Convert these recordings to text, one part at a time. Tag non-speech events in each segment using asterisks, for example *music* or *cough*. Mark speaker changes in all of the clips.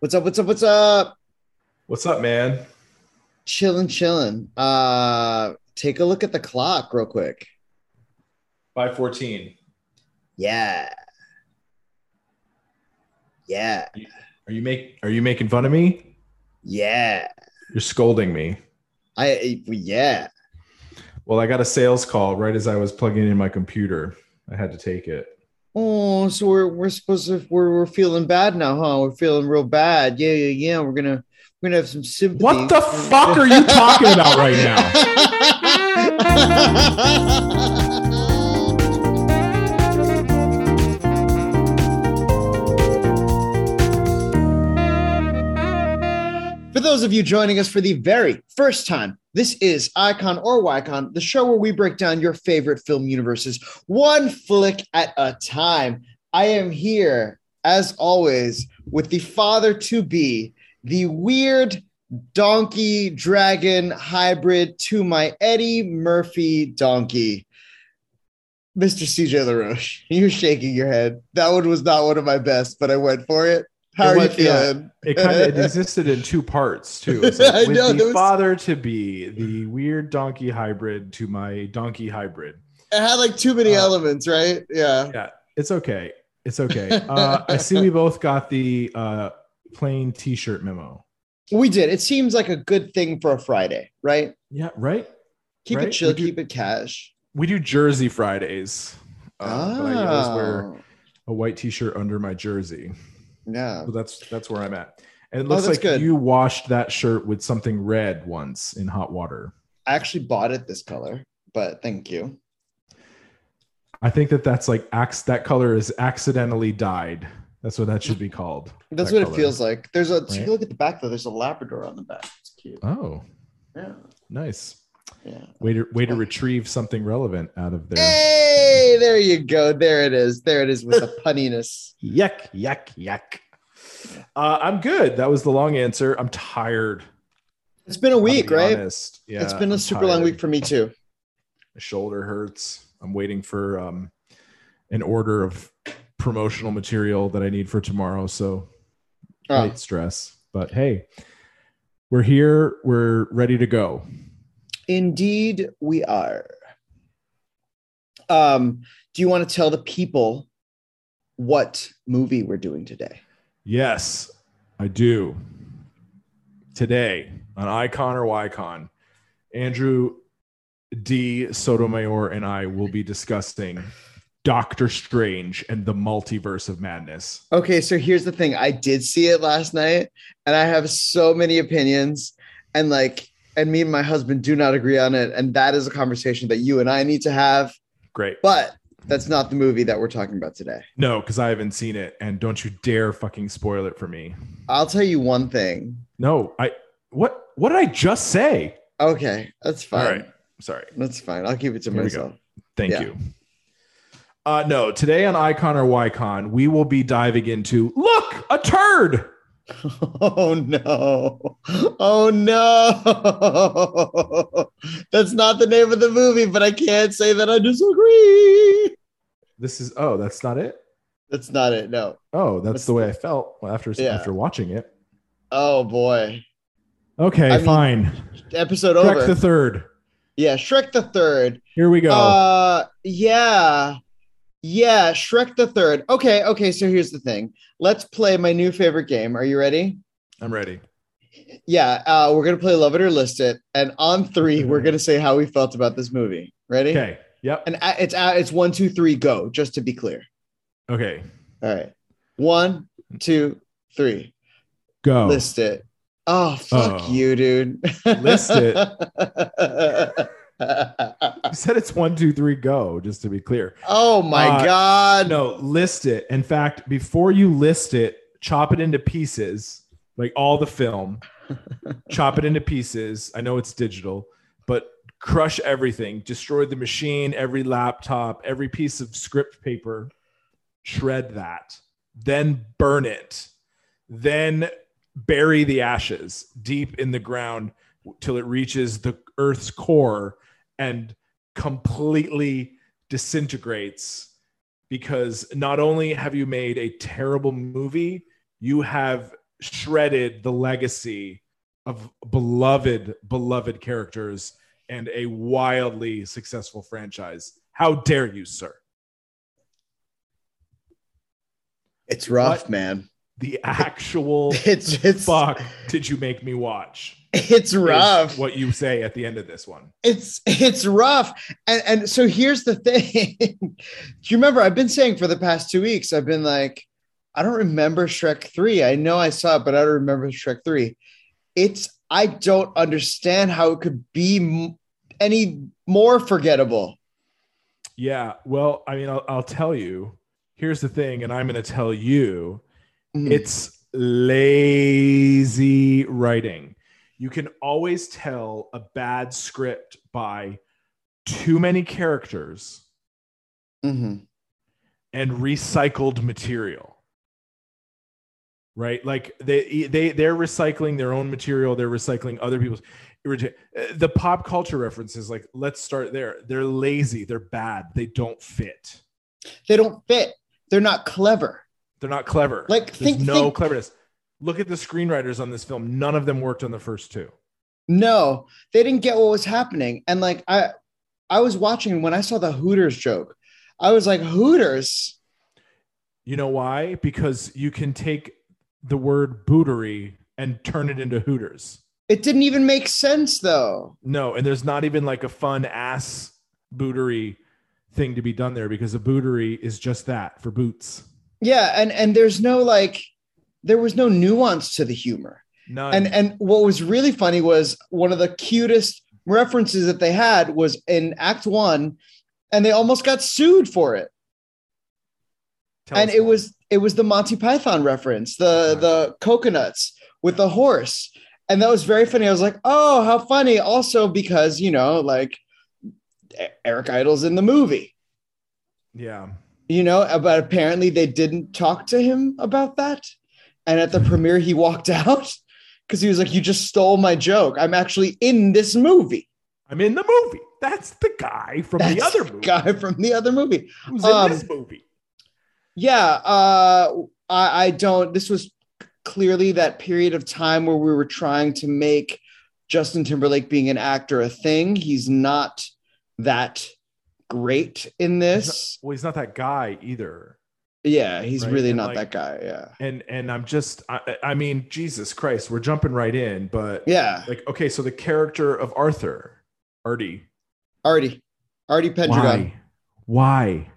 Speaker 1: What's up? What's up? What's up?
Speaker 2: What's up, man?
Speaker 1: Chillin', chillin'. Uh, take a look at the clock real quick.
Speaker 2: 514.
Speaker 1: Yeah. Yeah.
Speaker 2: Are you make are you making fun of me?
Speaker 1: Yeah.
Speaker 2: You're scolding me.
Speaker 1: I yeah.
Speaker 2: Well, I got a sales call right as I was plugging in my computer. I had to take it.
Speaker 1: Oh, so we're we're supposed to we're we're feeling bad now, huh? We're feeling real bad. Yeah, yeah, yeah. We're gonna we're gonna have some sympathy.
Speaker 2: What the fuck are you talking about right now?
Speaker 1: For those of you joining us for the very first time, this is Icon or Wycon, the show where we break down your favorite film universes one flick at a time. I am here, as always, with the father to be, the weird donkey dragon hybrid to my Eddie Murphy donkey. Mr. CJ LaRoche, *laughs* you're shaking your head. That one was not one of my best, but I went for it. How
Speaker 2: It
Speaker 1: are you
Speaker 2: was, yeah.
Speaker 1: feeling?
Speaker 2: It
Speaker 1: *laughs*
Speaker 2: kind of existed in two parts too. It's like,
Speaker 1: I
Speaker 2: with
Speaker 1: know,
Speaker 2: the
Speaker 1: there was-
Speaker 2: father to be, the weird donkey hybrid to my donkey hybrid.
Speaker 1: It had like too many
Speaker 2: Uh,
Speaker 1: elements, right? Yeah.
Speaker 2: It's okay. It's
Speaker 1: *laughs*
Speaker 2: okay. Uh, I see we both got the uh, plain T-shirt memo.
Speaker 1: We did. It seems like a good thing for a Friday, right?
Speaker 2: Yeah, right.
Speaker 1: Keep it
Speaker 2: Right?
Speaker 1: chill,
Speaker 2: We do-
Speaker 1: keep it cash.
Speaker 2: We do Jersey Fridays. Uh, but I always wear
Speaker 1: Oh.
Speaker 2: a white T-shirt under my jersey.
Speaker 1: yeah.
Speaker 2: So that's that's where I'm at. And it looks
Speaker 1: Oh, that's
Speaker 2: like
Speaker 1: good.
Speaker 2: you washed that shirt with something red once in hot water.
Speaker 1: I actually bought it this color, but thank you.
Speaker 2: I think that that's like ac- that color is accidentally dyed. That's what that should be called.
Speaker 1: That's
Speaker 2: That
Speaker 1: what it
Speaker 2: color.
Speaker 1: feels like. There's a take
Speaker 2: Right.
Speaker 1: a look at the back though. There's a Labrador on the back. It's cute.
Speaker 2: Oh,
Speaker 1: Yeah.
Speaker 2: nice.
Speaker 1: Yeah.
Speaker 2: Way to way to retrieve something relevant out of there.
Speaker 1: Hey, there you go. There it is. There it is with
Speaker 2: *laughs*
Speaker 1: the punniness.
Speaker 2: Yuck, yuck, yuck. Uh, I'm good. That was the long answer. I'm tired.
Speaker 1: It's been a
Speaker 2: I'll be
Speaker 1: week, right?
Speaker 2: honest. Yeah,
Speaker 1: it's been a
Speaker 2: I'm
Speaker 1: super long
Speaker 2: tired.
Speaker 1: week for me too.
Speaker 2: My shoulder hurts. I'm waiting for um, an order of promotional material that I need for tomorrow. So
Speaker 1: Oh,
Speaker 2: light stress. But hey, we're here. We're ready to go.
Speaker 1: Indeed, we are. Um, do you want to tell the people what movie we're doing today?
Speaker 2: Yes, I do. Today on Icon or Wycon, Andrew D. Sotomayor and I will be discussing Doctor Strange and the Multiverse of Madness.
Speaker 1: Okay, so here's the thing. I did see it last night, and I have so many opinions, and like, and me and my husband do not agree on it, and that is a conversation that you and I need to have.
Speaker 2: Great.
Speaker 1: But that's not the movie that we're talking about today.
Speaker 2: No, because I haven't seen it, and don't you dare fucking spoil it for me.
Speaker 1: I'll tell you one thing.
Speaker 2: No, I what what did I just say?
Speaker 1: Okay, that's fine.
Speaker 2: All right, sorry.
Speaker 1: That's fine. I'll keep it to
Speaker 2: Here we go.
Speaker 1: myself. *laughs*
Speaker 2: Thank
Speaker 1: Yeah.
Speaker 2: you. Uh, no, today on Icon or Wycon, we will be diving into look a turd.
Speaker 1: Oh no. Oh no. *laughs* That's not the name of the movie, but I can't say that I disagree.
Speaker 2: This is oh, that's not it.
Speaker 1: That's not it. No.
Speaker 2: Oh, that's,
Speaker 1: That's-
Speaker 2: the way I felt after
Speaker 1: Yeah.
Speaker 2: after watching it.
Speaker 1: Oh boy.
Speaker 2: Okay,
Speaker 1: I mean,
Speaker 2: fine.
Speaker 1: Episode
Speaker 2: Shrek
Speaker 1: over.
Speaker 2: the third.
Speaker 1: yeah, Shrek the Third.
Speaker 2: Here we go.
Speaker 1: Uh yeah. Yeah, Shrek the Third. Okay, okay, so here's the thing. Let's play my new favorite game. Are you ready?
Speaker 2: I'm ready.
Speaker 1: Yeah, uh, we're gonna play Love It or List It, and on three, we're gonna say how we felt about this movie. Ready?
Speaker 2: Okay. Yep.
Speaker 1: And a- it's a- it's one, two, three, go. Just to be clear.
Speaker 2: Okay.
Speaker 1: All right, one, two, three.
Speaker 2: Go.
Speaker 1: List it. Oh fuck
Speaker 2: Oh.
Speaker 1: you, dude.
Speaker 2: List
Speaker 1: *laughs*
Speaker 2: it.
Speaker 1: oh
Speaker 2: You said it's one, two, three, go, just to be clear.
Speaker 1: my
Speaker 2: Uh,
Speaker 1: god.
Speaker 2: No, list it. In fact, before you list it, chop it into pieces, like all the film, chop it into pieces. I know it's digital, but crush everything, destroy the machine, every laptop, every piece of script paper, shred that, then burn it, then bury the ashes deep in the ground till it reaches the earth's core and completely disintegrates because not only have you made a terrible movie, you have shredded the legacy of beloved, beloved characters and a wildly successful franchise. How dare you, sir?
Speaker 1: It's rough,
Speaker 2: What? *laughs*
Speaker 1: man.
Speaker 2: The
Speaker 1: *laughs*
Speaker 2: actual
Speaker 1: It's it's
Speaker 2: fuck did you make me watch?
Speaker 1: it's
Speaker 2: is
Speaker 1: rough.
Speaker 2: What you say at the end of this one.
Speaker 1: It's it's rough. And and so here's the thing. *laughs* Do you remember I've been saying for the past two weeks, I've been like, I don't remember Shrek 3. I know I saw it, but I don't remember Shrek 3. It's I don't understand how it could be m- any more forgettable.
Speaker 2: Yeah. Well, I mean, I'll, I'll tell you. Here's the thing, and I'm going to tell you
Speaker 1: Hmm. Mm-hmm.
Speaker 2: it's lazy writing. You can always tell a bad script by too many characters
Speaker 1: Mhm.
Speaker 2: and recycled material. Right? Like they they they're recycling their own material, they're recycling other people's Uh, the pop culture references like let's start there. They're lazy, they're bad, they don't fit.
Speaker 1: They don't fit. They're not clever.
Speaker 2: They're not clever.
Speaker 1: Like,
Speaker 2: there's
Speaker 1: think-
Speaker 2: no
Speaker 1: think-
Speaker 2: cleverness. Look at the screenwriters on this film. None of them worked on the first two.
Speaker 1: No, they didn't get what was happening. And like I I was watching when I saw the Hooters joke, I was like, Hooters?
Speaker 2: You know why? Because you can take the word bootery and turn it into hooters.
Speaker 1: It didn't even make sense though.
Speaker 2: No, and there's not even like a fun ass bootery thing to be done there because a bootery is just that for boots.
Speaker 1: Yeah, and and there's no like there was no nuance to the humor.
Speaker 2: None.
Speaker 1: And and what was really funny was one of the cutest references that they had was in act 1 and they almost got sued for it.
Speaker 2: Tell
Speaker 1: and
Speaker 2: us
Speaker 1: it
Speaker 2: more.
Speaker 1: was it was the Monty Python reference, the
Speaker 2: Right.
Speaker 1: the coconuts with the horse, and that was very funny. I was like, oh, how funny! Also because you know, like E- Eric Idle's in the movie,
Speaker 2: yeah.
Speaker 1: you know, uh, but apparently they didn't talk to him about that, and at the premiere he walked *laughs* out because he was like, "You just stole my joke. I'm actually in this movie."
Speaker 2: I'm in the movie. That's the guy from
Speaker 1: That's
Speaker 2: the other movie
Speaker 1: guy from the other movie.
Speaker 2: who's
Speaker 1: um,
Speaker 2: in this movie.
Speaker 1: Yeah, uh, I, I don't. This was clearly that period of time where we were trying to make Justin Timberlake being an actor a thing. He's not that great in this.
Speaker 2: Well, he's not that guy either.
Speaker 1: yeah, he's
Speaker 2: right,
Speaker 1: really
Speaker 2: and
Speaker 1: not that
Speaker 2: like-
Speaker 1: guy. Yeah,
Speaker 2: And and I'm just I, I mean Jesus Christ, we're jumping right in, but
Speaker 1: yeah.
Speaker 2: like okay, so the character of Arthur, Artie,
Speaker 1: Artie, Artie Pendragon.
Speaker 2: why, why,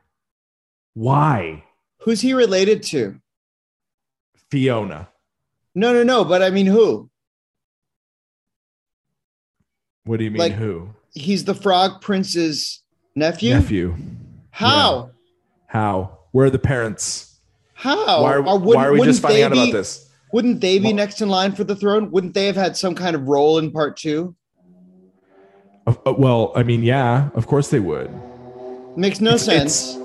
Speaker 2: why
Speaker 1: Who's he related to?
Speaker 2: Fiona?
Speaker 1: No, no, no. But I mean, who?
Speaker 2: What do you mean?
Speaker 1: Like,
Speaker 2: who
Speaker 1: He's the Frog Prince's nephew.
Speaker 2: nephew?
Speaker 1: How?
Speaker 2: How? Where are the parents?
Speaker 1: How?
Speaker 2: why, are,
Speaker 1: Or
Speaker 2: why are we
Speaker 1: Oh, uh, wouldn't
Speaker 2: just finding
Speaker 1: they
Speaker 2: out
Speaker 1: be-
Speaker 2: about this?
Speaker 1: Wouldn't they be
Speaker 2: Well-
Speaker 1: next in line for the throne? Wouldn't they have had some kind of role in part two?
Speaker 2: Uh, uh, well, I mean, yeah, of course they would.
Speaker 1: Makes no
Speaker 2: It's-
Speaker 1: sense.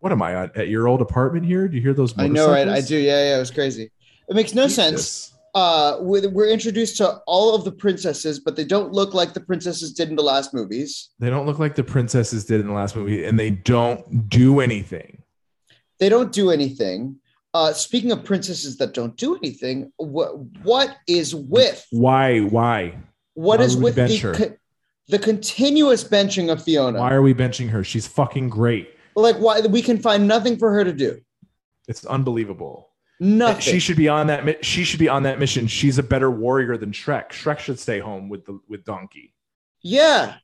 Speaker 2: What am I at, at your old apartment here? Do you hear those?
Speaker 1: I know, right? I
Speaker 2: motorcycles?
Speaker 1: do. Yeah, yeah. It was crazy. It makes no sense.
Speaker 2: Jesus.
Speaker 1: Uh, we're, we're introduced to all of the princesses, but they don't look like the princesses did in the last movies.
Speaker 2: They don't look like the princesses did in the last movie, and they don't do anything.
Speaker 1: They don't do anything. Uh, speaking of princesses that don't do anything, what what is with
Speaker 2: Why? Why?
Speaker 1: what
Speaker 2: Why
Speaker 1: is
Speaker 2: would we
Speaker 1: with
Speaker 2: bench
Speaker 1: the
Speaker 2: her?
Speaker 1: co- the continuous benching of Fiona?
Speaker 2: Why are we benching her? She's fucking great.
Speaker 1: like why we can find nothing for her to do?
Speaker 2: It's unbelievable.
Speaker 1: Nothing.
Speaker 2: She should be on that. mi- She should be on that mission. She's a better warrior than Shrek. Shrek should stay home with the with Donkey,
Speaker 1: yeah.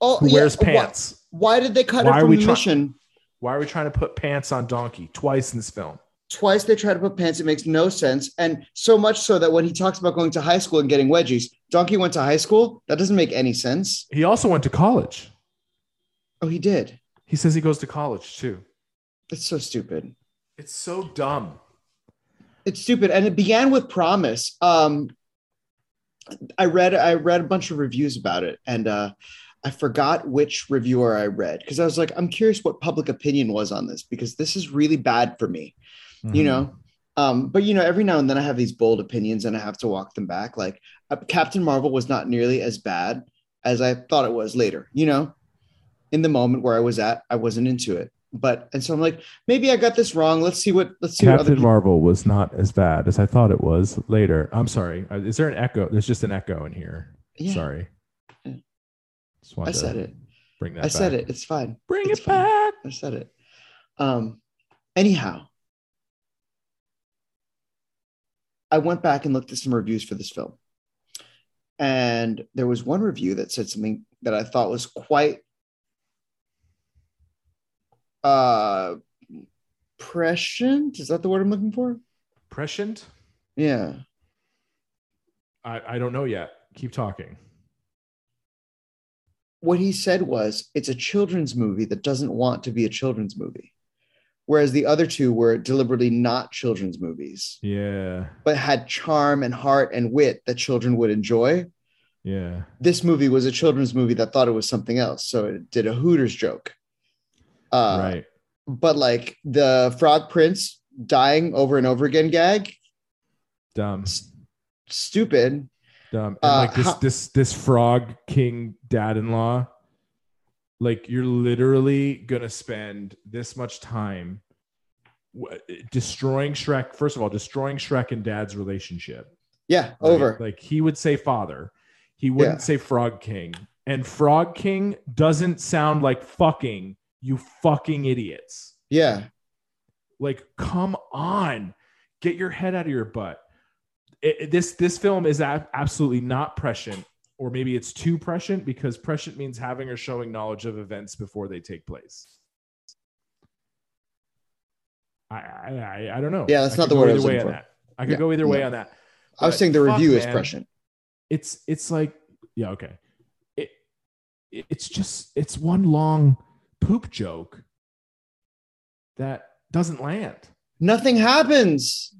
Speaker 1: Oh,
Speaker 2: who wears
Speaker 1: yeah, why-
Speaker 2: pants.
Speaker 1: Why, did they cut
Speaker 2: Why
Speaker 1: her
Speaker 2: are
Speaker 1: from
Speaker 2: we
Speaker 1: the
Speaker 2: try-
Speaker 1: mission?
Speaker 2: Why are we trying to put pants on Donkey twice in this film?
Speaker 1: twice they try to put pants. It makes no sense. And so much so that when he talks about going to high school and getting wedgies, Donkey went to high school. That doesn't make any sense.
Speaker 2: He also went to college.
Speaker 1: Oh, he did.
Speaker 2: He says he goes to college too.
Speaker 1: That's so stupid.
Speaker 2: It's so dumb.
Speaker 1: It's stupid. And it began with promise. Um, I read I read a bunch of reviews about it and uh I forgot which reviewer I read because I was like, I'm curious what public opinion was on this because this is really bad for me.
Speaker 2: Mm-hmm.
Speaker 1: you know um but you know every now and then i have these bold opinions and i have to walk them back like uh, captain marvel was not nearly as bad as i thought it was later you know in the moment where i was at i wasn't into it But and so I'm like, maybe I got this wrong. Let's see what let's see what other
Speaker 2: Captain
Speaker 1: people-
Speaker 2: Marvel was not as bad as I thought it was later. I'm sorry. Uh, Is there an echo? There's just an echo in here.
Speaker 1: Yeah,
Speaker 2: Sorry.
Speaker 1: Yeah.
Speaker 2: Just wanted
Speaker 1: I said
Speaker 2: to
Speaker 1: it.
Speaker 2: Bring that
Speaker 1: I said
Speaker 2: back.
Speaker 1: it. It's fine.
Speaker 2: Bring
Speaker 1: It's
Speaker 2: it
Speaker 1: fine.
Speaker 2: back.
Speaker 1: I said it. Um, anyhow, I went back and looked at some reviews for this film. And there was one review that said something that I thought was quite uh, prescient. Is that the word I'm looking for?
Speaker 2: Prescient?
Speaker 1: Yeah.
Speaker 2: I, I don't know yet. Keep talking.
Speaker 1: what he said was it's a children's movie that doesn't want to be a children's movie whereas the other two were deliberately not children's movies
Speaker 2: Yeah.
Speaker 1: but had charm and heart and wit that children would enjoy
Speaker 2: Yeah.
Speaker 1: this movie was a children's movie that thought it was something else so it did a hooters joke uh,
Speaker 2: right.
Speaker 1: but like the frog prince dying over and over again gag
Speaker 2: Dumb.
Speaker 1: s- stupid
Speaker 2: Dumb. And
Speaker 1: Uh,
Speaker 2: like this
Speaker 1: how-
Speaker 2: this this frog king dad in law. Like you're literally gonna spend this much time w- destroying Shrek. First of all, destroying Shrek and Dad's relationship.
Speaker 1: yeah
Speaker 2: right?
Speaker 1: over
Speaker 2: Like he would say father. He
Speaker 1: Yeah.
Speaker 2: wouldn't say frog king. And frog king doesn't sound like fucking you fucking idiots.
Speaker 1: yeah
Speaker 2: Like come on. Get your head out of your butt. It- it- this this film is a- absolutely not prescient or maybe it's too prescient because prescient means having or showing knowledge of events before they take place. I I, I, I don't know.
Speaker 1: Yeah, that's
Speaker 2: I
Speaker 1: not
Speaker 2: could
Speaker 1: the
Speaker 2: go
Speaker 1: word I
Speaker 2: either
Speaker 1: was
Speaker 2: way
Speaker 1: looking
Speaker 2: on
Speaker 1: for.
Speaker 2: that. I could
Speaker 1: Yeah,
Speaker 2: go either way
Speaker 1: yeah.
Speaker 2: on that
Speaker 1: i was
Speaker 2: But
Speaker 1: saying the
Speaker 2: fuck,
Speaker 1: review is
Speaker 2: man.
Speaker 1: prescient
Speaker 2: it's it's like yeah okay it, it- it's just it's one long poop joke that doesn't land
Speaker 1: Nothing happens.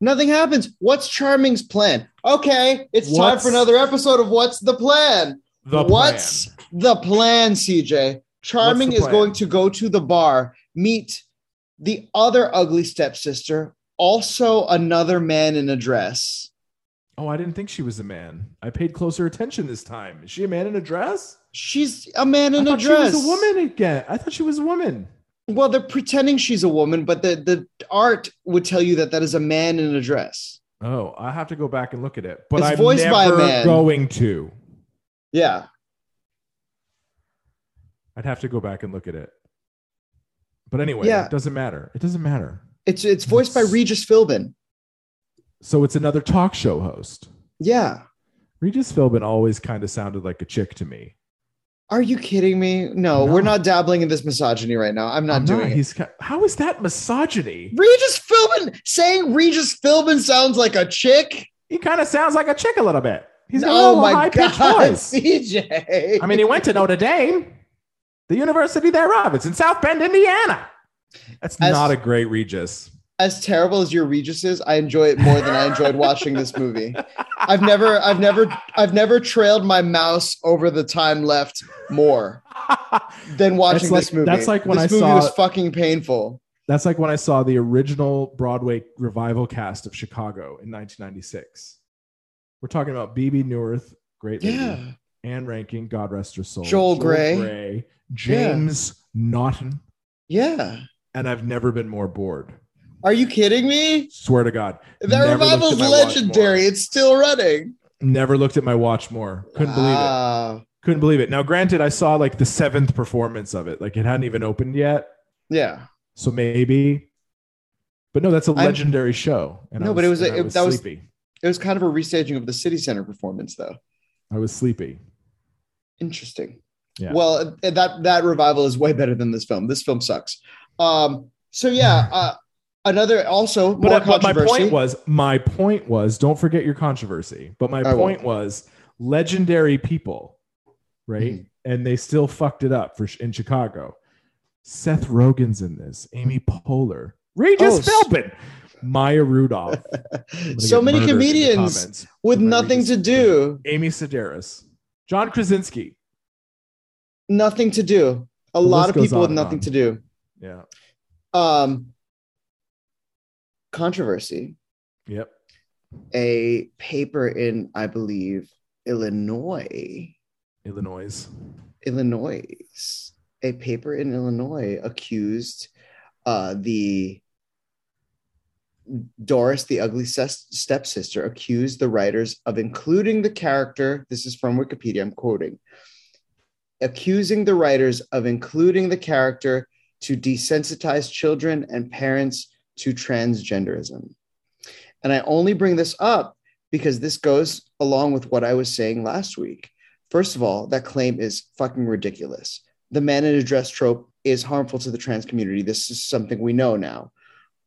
Speaker 1: Nothing happens. What's Charming's plan? Okay, it's time
Speaker 2: What's-
Speaker 1: for another episode of What's the Plan? What's the plan, CJ? Charming
Speaker 2: the
Speaker 1: is
Speaker 2: plan?
Speaker 1: going to go to the bar, meet the other ugly stepsister, also another man in a dress.
Speaker 2: oh i didn't think she was a man i paid closer attention this time is she a man in a dress
Speaker 1: She's a man in
Speaker 2: I
Speaker 1: a
Speaker 2: thought
Speaker 1: dress.
Speaker 2: she was a woman again i thought she was a woman
Speaker 1: Well, they're pretending she's a woman, but the, the art would tell you that that is a man in a dress.
Speaker 2: oh i have to go back and look at it but
Speaker 1: It's
Speaker 2: i'm
Speaker 1: voiced
Speaker 2: never
Speaker 1: by a man.
Speaker 2: going to
Speaker 1: Yeah.
Speaker 2: i'd have to go back and look at it but anyway
Speaker 1: Yeah.
Speaker 2: it doesn't matter it doesn't matter
Speaker 1: It's it's voiced by
Speaker 2: That's-
Speaker 1: Regis Philbin.
Speaker 2: so it's another talk show host
Speaker 1: Yeah.
Speaker 2: Regis Philbin always kind of sounded like a chick to me.
Speaker 1: Are you kidding me? No,
Speaker 2: No.
Speaker 1: we're not dabbling in this misogyny right now. I'm not
Speaker 2: I'm
Speaker 1: doing it.
Speaker 2: He's ki- how is that misogyny?
Speaker 1: Regis Philbin saying Regis Philbin sounds like a chick.
Speaker 2: He kind of sounds like a chick a little bit. He's got a
Speaker 1: oh
Speaker 2: little
Speaker 1: my
Speaker 2: high pitched
Speaker 1: god, *laughs*
Speaker 2: voice.
Speaker 1: CJ.
Speaker 2: I mean, he went to Notre Dame, the university thereof. It's in South Bend, Indiana. That's
Speaker 1: As-
Speaker 2: not a great Regis.
Speaker 1: *laughs*
Speaker 2: *laughs*
Speaker 1: as terrible as your Regis is, I enjoy it more than I enjoyed watching this movie. I've never, I've never, I've never trailed my mouse over the time left more than watching
Speaker 2: That's like-
Speaker 1: this movie.
Speaker 2: that's like when
Speaker 1: this
Speaker 2: I
Speaker 1: movie
Speaker 2: saw-
Speaker 1: was fucking painful.
Speaker 2: That's like when I saw the original Broadway revival cast of Chicago in 1996. We're talking about BB Newirth, great lady.
Speaker 1: Yeah.
Speaker 2: Anne Ranking, God rest her soul.
Speaker 1: Joel Grey.
Speaker 2: Grey, James Naughton,
Speaker 1: Yeah.
Speaker 2: and I've never been more bored.
Speaker 1: Are you kidding me?
Speaker 2: Swear to God.
Speaker 1: That
Speaker 2: Never looked at
Speaker 1: revival's
Speaker 2: my watch
Speaker 1: legendary. It's still running. Uh,
Speaker 2: more. Never looked at my watch more. Couldn't believe it.
Speaker 1: Wow.
Speaker 2: Couldn't believe it. Now, granted, I saw like the seventh performance of it. Like it hadn't even opened yet.
Speaker 1: Yeah.
Speaker 2: So maybe. But no, that's a
Speaker 1: I'm-
Speaker 2: legendary show. And
Speaker 1: No,
Speaker 2: I
Speaker 1: but it was a-
Speaker 2: and I
Speaker 1: it- that was-
Speaker 2: sleepy.
Speaker 1: It was kind of a restaging of the City Center performance, though.
Speaker 2: I was sleepy.
Speaker 1: Interesting.
Speaker 2: Yeah.
Speaker 1: Well, uh, that that revival is way better than this film. This film sucks. Um, so yeah, uh, another also more
Speaker 2: But, but my
Speaker 1: controversy.
Speaker 2: point was, my point was, don't forget your controversy. But my
Speaker 1: I won't.
Speaker 2: point was, legendary people, right?
Speaker 1: Hmm.
Speaker 2: And they still fucked it up for in Chicago. Seth Rogen's in this. Amy Poehler,
Speaker 1: Oh,
Speaker 2: Regis
Speaker 1: s-
Speaker 2: Philbin, Maya Rudolph. I'm gonna
Speaker 1: so
Speaker 2: get
Speaker 1: many
Speaker 2: murdered in the
Speaker 1: comedians
Speaker 2: comments
Speaker 1: with
Speaker 2: if I read
Speaker 1: nothing
Speaker 2: this
Speaker 1: to
Speaker 2: thing.
Speaker 1: do,
Speaker 2: Amy Sedaris, John Krasinski.
Speaker 1: nothing to do. A
Speaker 2: The
Speaker 1: lot
Speaker 2: list
Speaker 1: of
Speaker 2: goes
Speaker 1: people
Speaker 2: on
Speaker 1: with
Speaker 2: and
Speaker 1: nothing
Speaker 2: on.
Speaker 1: to do.
Speaker 2: Yeah.
Speaker 1: Um, controversy.
Speaker 2: Yep.
Speaker 1: A paper in, I believe, Illinois
Speaker 2: Illinois.
Speaker 1: Illinois a paper in Illinois accused uh, the Doris, the ugly ses- stepsister, accused the writers of including the character. This is from Wikipedia, I'm quoting. Accusing the writers of including the character to desensitize children and parents to transgenderism. And I only bring this up because this goes along with what I was saying last week. First of all, that claim is fucking ridiculous. The man in a dress trope is harmful to the trans community. This is something we know now.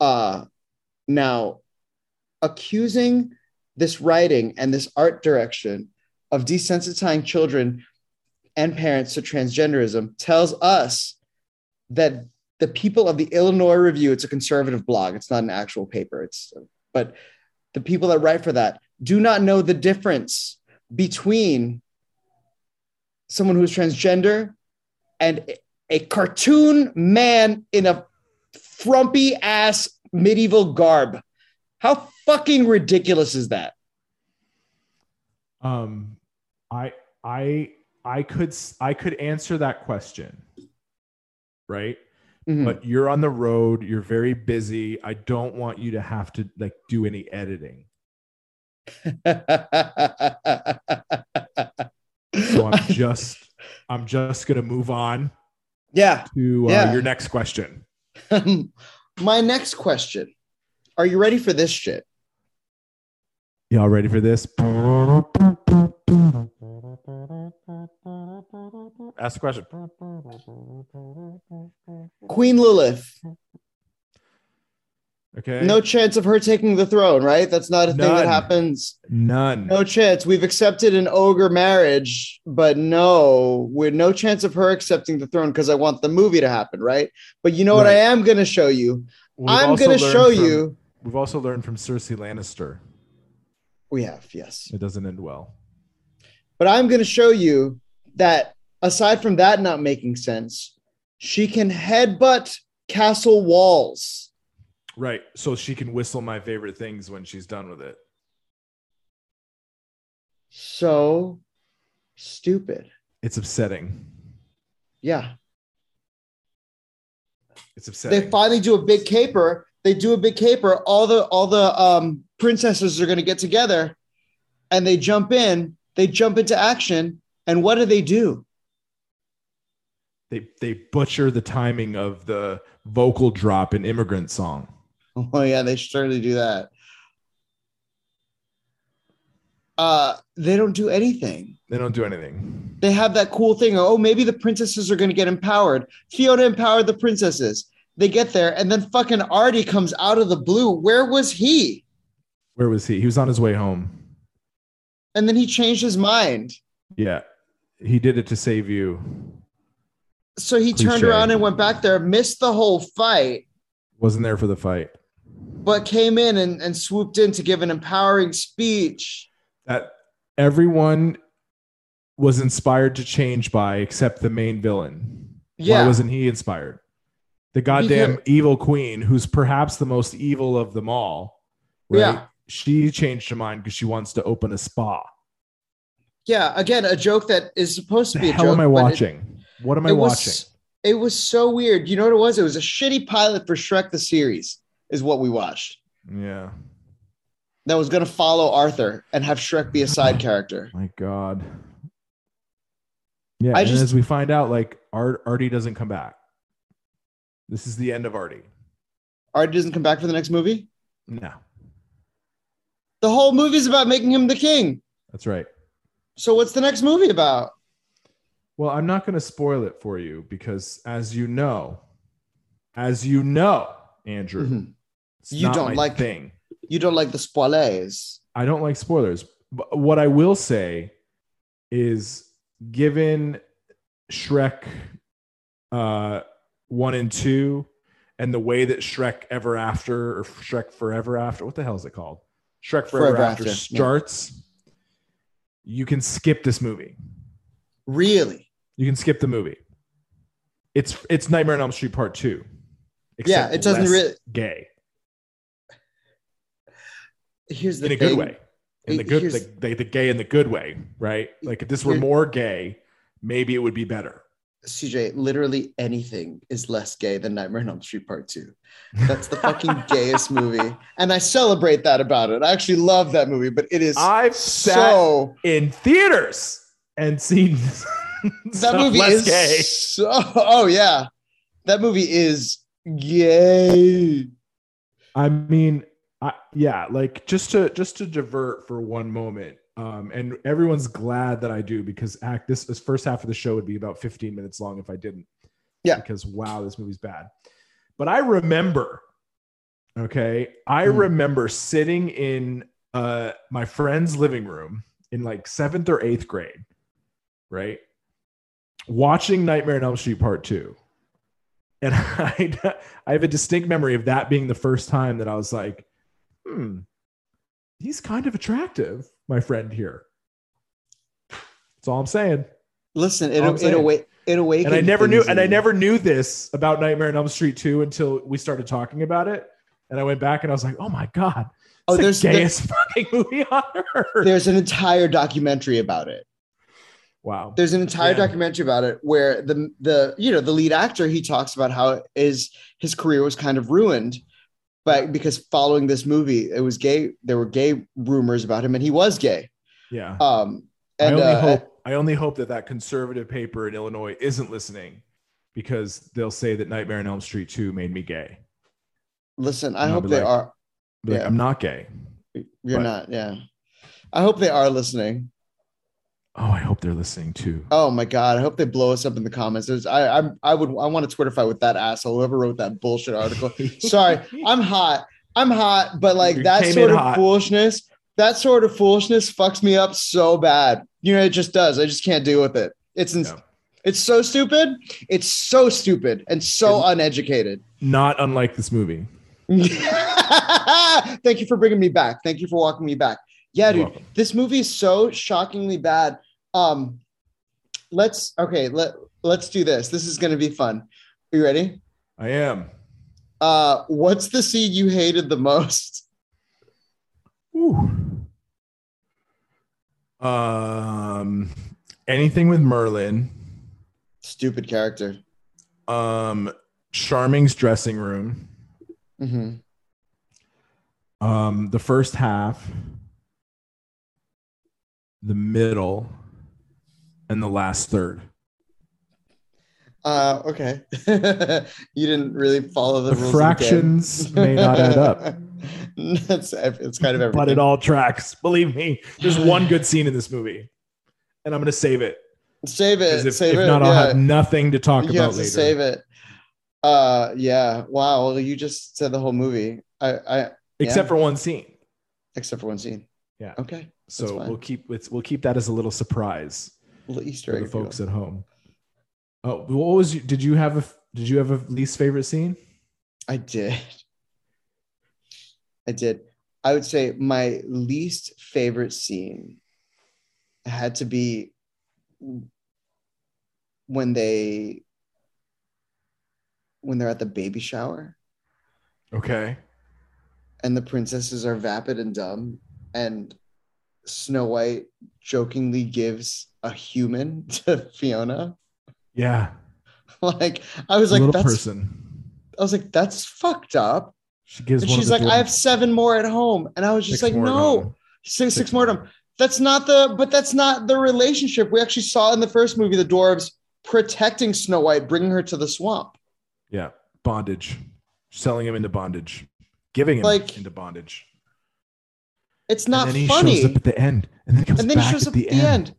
Speaker 1: Uh, now, accusing this writing and this art direction of desensitizing children and parents to transgenderism tells us that the people of the Illinois Review, it's a conservative blog, it's not an actual paper, it's but the people that write for that do not know the difference between someone who's transgender and a cartoon man in a frumpy ass medieval garb. How fucking ridiculous is that?
Speaker 2: Um, I I I could I could answer that question, right?
Speaker 1: Mhm.
Speaker 2: But you're on the road. You're very busy. I don't want you to have to like do any editing. So I'm just I'm just gonna move on
Speaker 1: *laughs* yeah. *laughs*
Speaker 2: to uh,
Speaker 1: Yeah.
Speaker 2: your next question.
Speaker 1: My next question. Are you ready for this shit?
Speaker 2: Y'all ready for this? Ask the question.
Speaker 1: Queen Lilith.
Speaker 2: Okay.
Speaker 1: No chance of her taking the throne, right? That's not a thing that
Speaker 2: None.
Speaker 1: happens.
Speaker 2: None.
Speaker 1: No chance. We've accepted an ogre marriage, but no, we're no chance of her accepting the throne because I want the movie to happen, right? But you know what
Speaker 2: Right.
Speaker 1: I am going to show you?
Speaker 2: We've
Speaker 1: I'm
Speaker 2: also
Speaker 1: going to
Speaker 2: learned
Speaker 1: show
Speaker 2: from-
Speaker 1: you.
Speaker 2: We've also learned from Cersei Lannister.
Speaker 1: We have, yes.
Speaker 2: It doesn't end well.
Speaker 1: But I'm going to show you that aside from that not making sense, she can headbutt castle walls.
Speaker 2: Right. So she can whistle my favorite things when she's done with it.
Speaker 1: So stupid.
Speaker 2: It's upsetting.
Speaker 1: Yeah.
Speaker 2: It's upsetting.
Speaker 1: They finally do a big caper. They do a big caper. All the all the um, princesses are going to get together, and they jump in. They jump into action, and what do they do? *laughs*
Speaker 2: they they butcher the timing of the vocal drop in immigrant song.
Speaker 1: Oh yeah, they surely do that. Uh, they don't do anything.
Speaker 2: They don't do anything.
Speaker 1: They have that cool thing. Oh, maybe the princesses are going to get empowered. Fiona empowered the princesses. They get there, and then fucking Artie comes out of the blue. Where was he?
Speaker 2: Where was he? He was on his way home.
Speaker 1: And then he changed his mind.
Speaker 2: Yeah. He did it to save you.
Speaker 1: So he turned
Speaker 2: Cliche.
Speaker 1: around and went back there, missed the whole fight,
Speaker 2: Wasn't there for the fight.
Speaker 1: but came in and, and swooped in to give an empowering speech.
Speaker 2: That everyone was inspired to change by except the main villain. Why
Speaker 1: Yeah.
Speaker 2: wasn't he inspired? The goddamn
Speaker 1: Because-
Speaker 2: evil queen, who's perhaps the most evil of them all, right?
Speaker 1: Yeah.
Speaker 2: She changed her mind because she wants to open a spa.
Speaker 1: Yeah, again, a joke that is supposed to
Speaker 2: The
Speaker 1: be a
Speaker 2: hell
Speaker 1: joke.
Speaker 2: am I
Speaker 1: but it-
Speaker 2: watching? what am I
Speaker 1: it was-
Speaker 2: watching?
Speaker 1: It was so weird. You know what it was? It was a shitty pilot for Shrek the series, is what we watched.
Speaker 2: Yeah.
Speaker 1: That was going to follow Arthur and have Shrek be a
Speaker 2: *laughs*
Speaker 1: side character.
Speaker 2: My God. Yeah.
Speaker 1: I
Speaker 2: and
Speaker 1: just-
Speaker 2: as we find out, like Art, Artie doesn't come back. This is the end of Artie.
Speaker 1: Artie doesn't come back for the next movie.
Speaker 2: No,
Speaker 1: The whole movie's about making him the king.
Speaker 2: that's right.
Speaker 1: So what's the next movie about?
Speaker 2: Well, I'm not going to spoil it for you because, as you know, as you know, Andrew,
Speaker 1: Mhm.
Speaker 2: it's
Speaker 1: You
Speaker 2: not
Speaker 1: don't
Speaker 2: my
Speaker 1: like-
Speaker 2: thing.
Speaker 1: *laughs* You don't like the spoilers.
Speaker 2: I don't like spoilers. But what I will say is given Shrek uh, 1 and 2 and the way that Shrek Ever After or Shrek Forever After, what the hell is it called? Shrek Forever,
Speaker 1: Forever
Speaker 2: After,
Speaker 1: After, yeah.
Speaker 2: starts, you can skip this movie.
Speaker 1: Really?
Speaker 2: You can skip the movie. It's it's Nightmare on Elm Street Part 2.
Speaker 1: Yeah,
Speaker 2: except
Speaker 1: it doesn't
Speaker 2: less
Speaker 1: really.
Speaker 2: gay
Speaker 1: Here's the
Speaker 2: in a
Speaker 1: thing.
Speaker 2: good way. In the
Speaker 1: It-
Speaker 2: good,
Speaker 1: here's-
Speaker 2: the, the, the gay in the good way, right? Like if this were
Speaker 1: Here-
Speaker 2: more gay, maybe it would be better.
Speaker 1: CJ, literally anything is less gay than Nightmare on Elm Street Part
Speaker 2: *laughs*
Speaker 1: Two. That's the fucking gayest movie, and I celebrate that about it. I actually love that movie, but it is
Speaker 2: I've
Speaker 1: so
Speaker 2: in theaters and seen *laughs*
Speaker 1: that movie is so. Oh yeah, that movie is gay.
Speaker 2: I mean, I, yeah, like just to just to divert for one moment, um, and everyone's glad that I do because act this, this first half of the show would be about 15 minutes long if I didn't.
Speaker 1: Yeah.
Speaker 2: Because wow, this movie's bad. But I remember, okay, I
Speaker 1: Mm.
Speaker 2: remember sitting in uh, my friend's living room in like seventh or eighth grade, right, watching Nightmare on Elm Street Part Two, and *laughs* I I have a distinct memory of that being the first time that I was like, hmm, he's kind of attractive, my friend here. That's all I'm saying.
Speaker 1: Listen, it
Speaker 2: All I'm
Speaker 1: it,
Speaker 2: saying.
Speaker 1: awa- it awakened,
Speaker 2: and I never knew,
Speaker 1: things
Speaker 2: and I
Speaker 1: in me.
Speaker 2: never knew this about Nightmare on Elm Street 2 until we started talking about it. And I went back and I was like, oh my God.
Speaker 1: Oh,
Speaker 2: Oh,
Speaker 1: there's
Speaker 2: there's the
Speaker 1: there-
Speaker 2: gayest *laughs* fucking movie on earth.
Speaker 1: there's an entire documentary about it.
Speaker 2: wow.
Speaker 1: There's an entire
Speaker 2: Yeah.
Speaker 1: documentary about it where the the you know the lead actor he talks about how is his career was kind of ruined, but because following this movie, it was gay. There were gay rumors about him, and he was gay.
Speaker 2: yeah.
Speaker 1: Um, and
Speaker 2: I only
Speaker 1: uh,
Speaker 2: hope I only hope that that conservative paper in Illinois isn't listening because they'll say that Nightmare on Elm Street 2 made me gay.
Speaker 1: listen, I
Speaker 2: No,
Speaker 1: hope
Speaker 2: but
Speaker 1: they
Speaker 2: like-
Speaker 1: are.
Speaker 2: Be Like,
Speaker 1: Yeah.
Speaker 2: I'm not gay.
Speaker 1: You're
Speaker 2: but-
Speaker 1: not, yeah. I hope they are listening.
Speaker 2: Oh, I hope they're listening too.
Speaker 1: Oh my god, I hope they blow us up in the comments. There's, I, I, I would, I want to Twitter fight with that asshole whoever wrote that bullshit
Speaker 2: *laughs*
Speaker 1: article. Sorry, I'm hot. I'm hot, but like
Speaker 2: You
Speaker 1: that
Speaker 2: came
Speaker 1: sort
Speaker 2: in
Speaker 1: of
Speaker 2: hot.
Speaker 1: foolishness, that sort of foolishness fucks me up so bad. You know, it just does. I just can't deal with it. It's ins-
Speaker 2: Yeah.
Speaker 1: it's so stupid. It's so stupid and so uneducated. *laughs*
Speaker 2: Not unlike this movie.
Speaker 1: Thank you for bringing me back. Thank you for walking me back. Yeah,
Speaker 2: You're
Speaker 1: dude,
Speaker 2: welcome.
Speaker 1: this movie is so shockingly bad. Um, let's okay. Let let's do this. This is gonna be fun. Are you ready?
Speaker 2: I am.
Speaker 1: Uh, what's the scene you hated the most? *laughs*
Speaker 2: Ooh. Um, anything with Merlin.
Speaker 1: Stupid character.
Speaker 2: Um, Charming's dressing room.
Speaker 1: Mhm.
Speaker 2: Um, the first half, the middle, and the last third.
Speaker 1: Uh, okay. *laughs* you didn't really follow the,
Speaker 2: The
Speaker 1: rules of
Speaker 2: fractions
Speaker 1: the
Speaker 2: may
Speaker 1: game.
Speaker 2: not
Speaker 1: *laughs*
Speaker 2: add up,
Speaker 1: That's it's kind of everything.
Speaker 2: but it all tracks. Believe me,
Speaker 1: *sighs*
Speaker 2: there's one good scene in this movie, and I'm gonna save it
Speaker 1: save it.
Speaker 2: because if,
Speaker 1: save
Speaker 2: if
Speaker 1: it.
Speaker 2: not,
Speaker 1: yeah.
Speaker 2: I'll have nothing to talk
Speaker 1: you
Speaker 2: about
Speaker 1: have to
Speaker 2: later.
Speaker 1: save it. Uh, yeah. Wow. Well, you just said the whole movie. I, I
Speaker 2: Except
Speaker 1: Yeah.
Speaker 2: for one scene.
Speaker 1: except for one scene.
Speaker 2: Yeah.
Speaker 1: Okay.
Speaker 2: So
Speaker 1: fine.
Speaker 2: we'll keep it's, we'll keep that as a little surprise.
Speaker 1: Little Easter
Speaker 2: for
Speaker 1: egg.
Speaker 2: the
Speaker 1: if you will.
Speaker 2: folks at home. Oh, what was you, did you have a did you have a least favorite scene?
Speaker 1: I did. I did. I would say my least favorite scene had to be when they when they're at the baby shower
Speaker 2: Okay.
Speaker 1: and the princesses are vapid and dumb and Snow White jokingly gives a human *laughs* to Fiona. *laughs*
Speaker 2: Yeah.
Speaker 1: Like I was like
Speaker 2: little
Speaker 1: that's
Speaker 2: person.
Speaker 1: I was like that's fucked up.
Speaker 2: She gives
Speaker 1: And
Speaker 2: one of
Speaker 1: she's
Speaker 2: the
Speaker 1: like
Speaker 2: dwarf
Speaker 1: I have 7 more at home and I was
Speaker 2: six
Speaker 1: just like
Speaker 2: more at
Speaker 1: no.
Speaker 2: home.
Speaker 1: six,
Speaker 2: Six
Speaker 1: six more of
Speaker 2: more.
Speaker 1: them. That's not the, but that's not the relationship we actually saw in the first movie. The dwarves protecting Snow White, bringing her to the swamp.
Speaker 2: Yeah. Bondage. Selling him into bondage. Giving him
Speaker 1: Like,
Speaker 2: into bondage.
Speaker 1: It's not
Speaker 2: and then he
Speaker 1: funny.
Speaker 2: shows up at the end. And then he comes
Speaker 1: and then he
Speaker 2: back
Speaker 1: shows
Speaker 2: at
Speaker 1: up
Speaker 2: the end.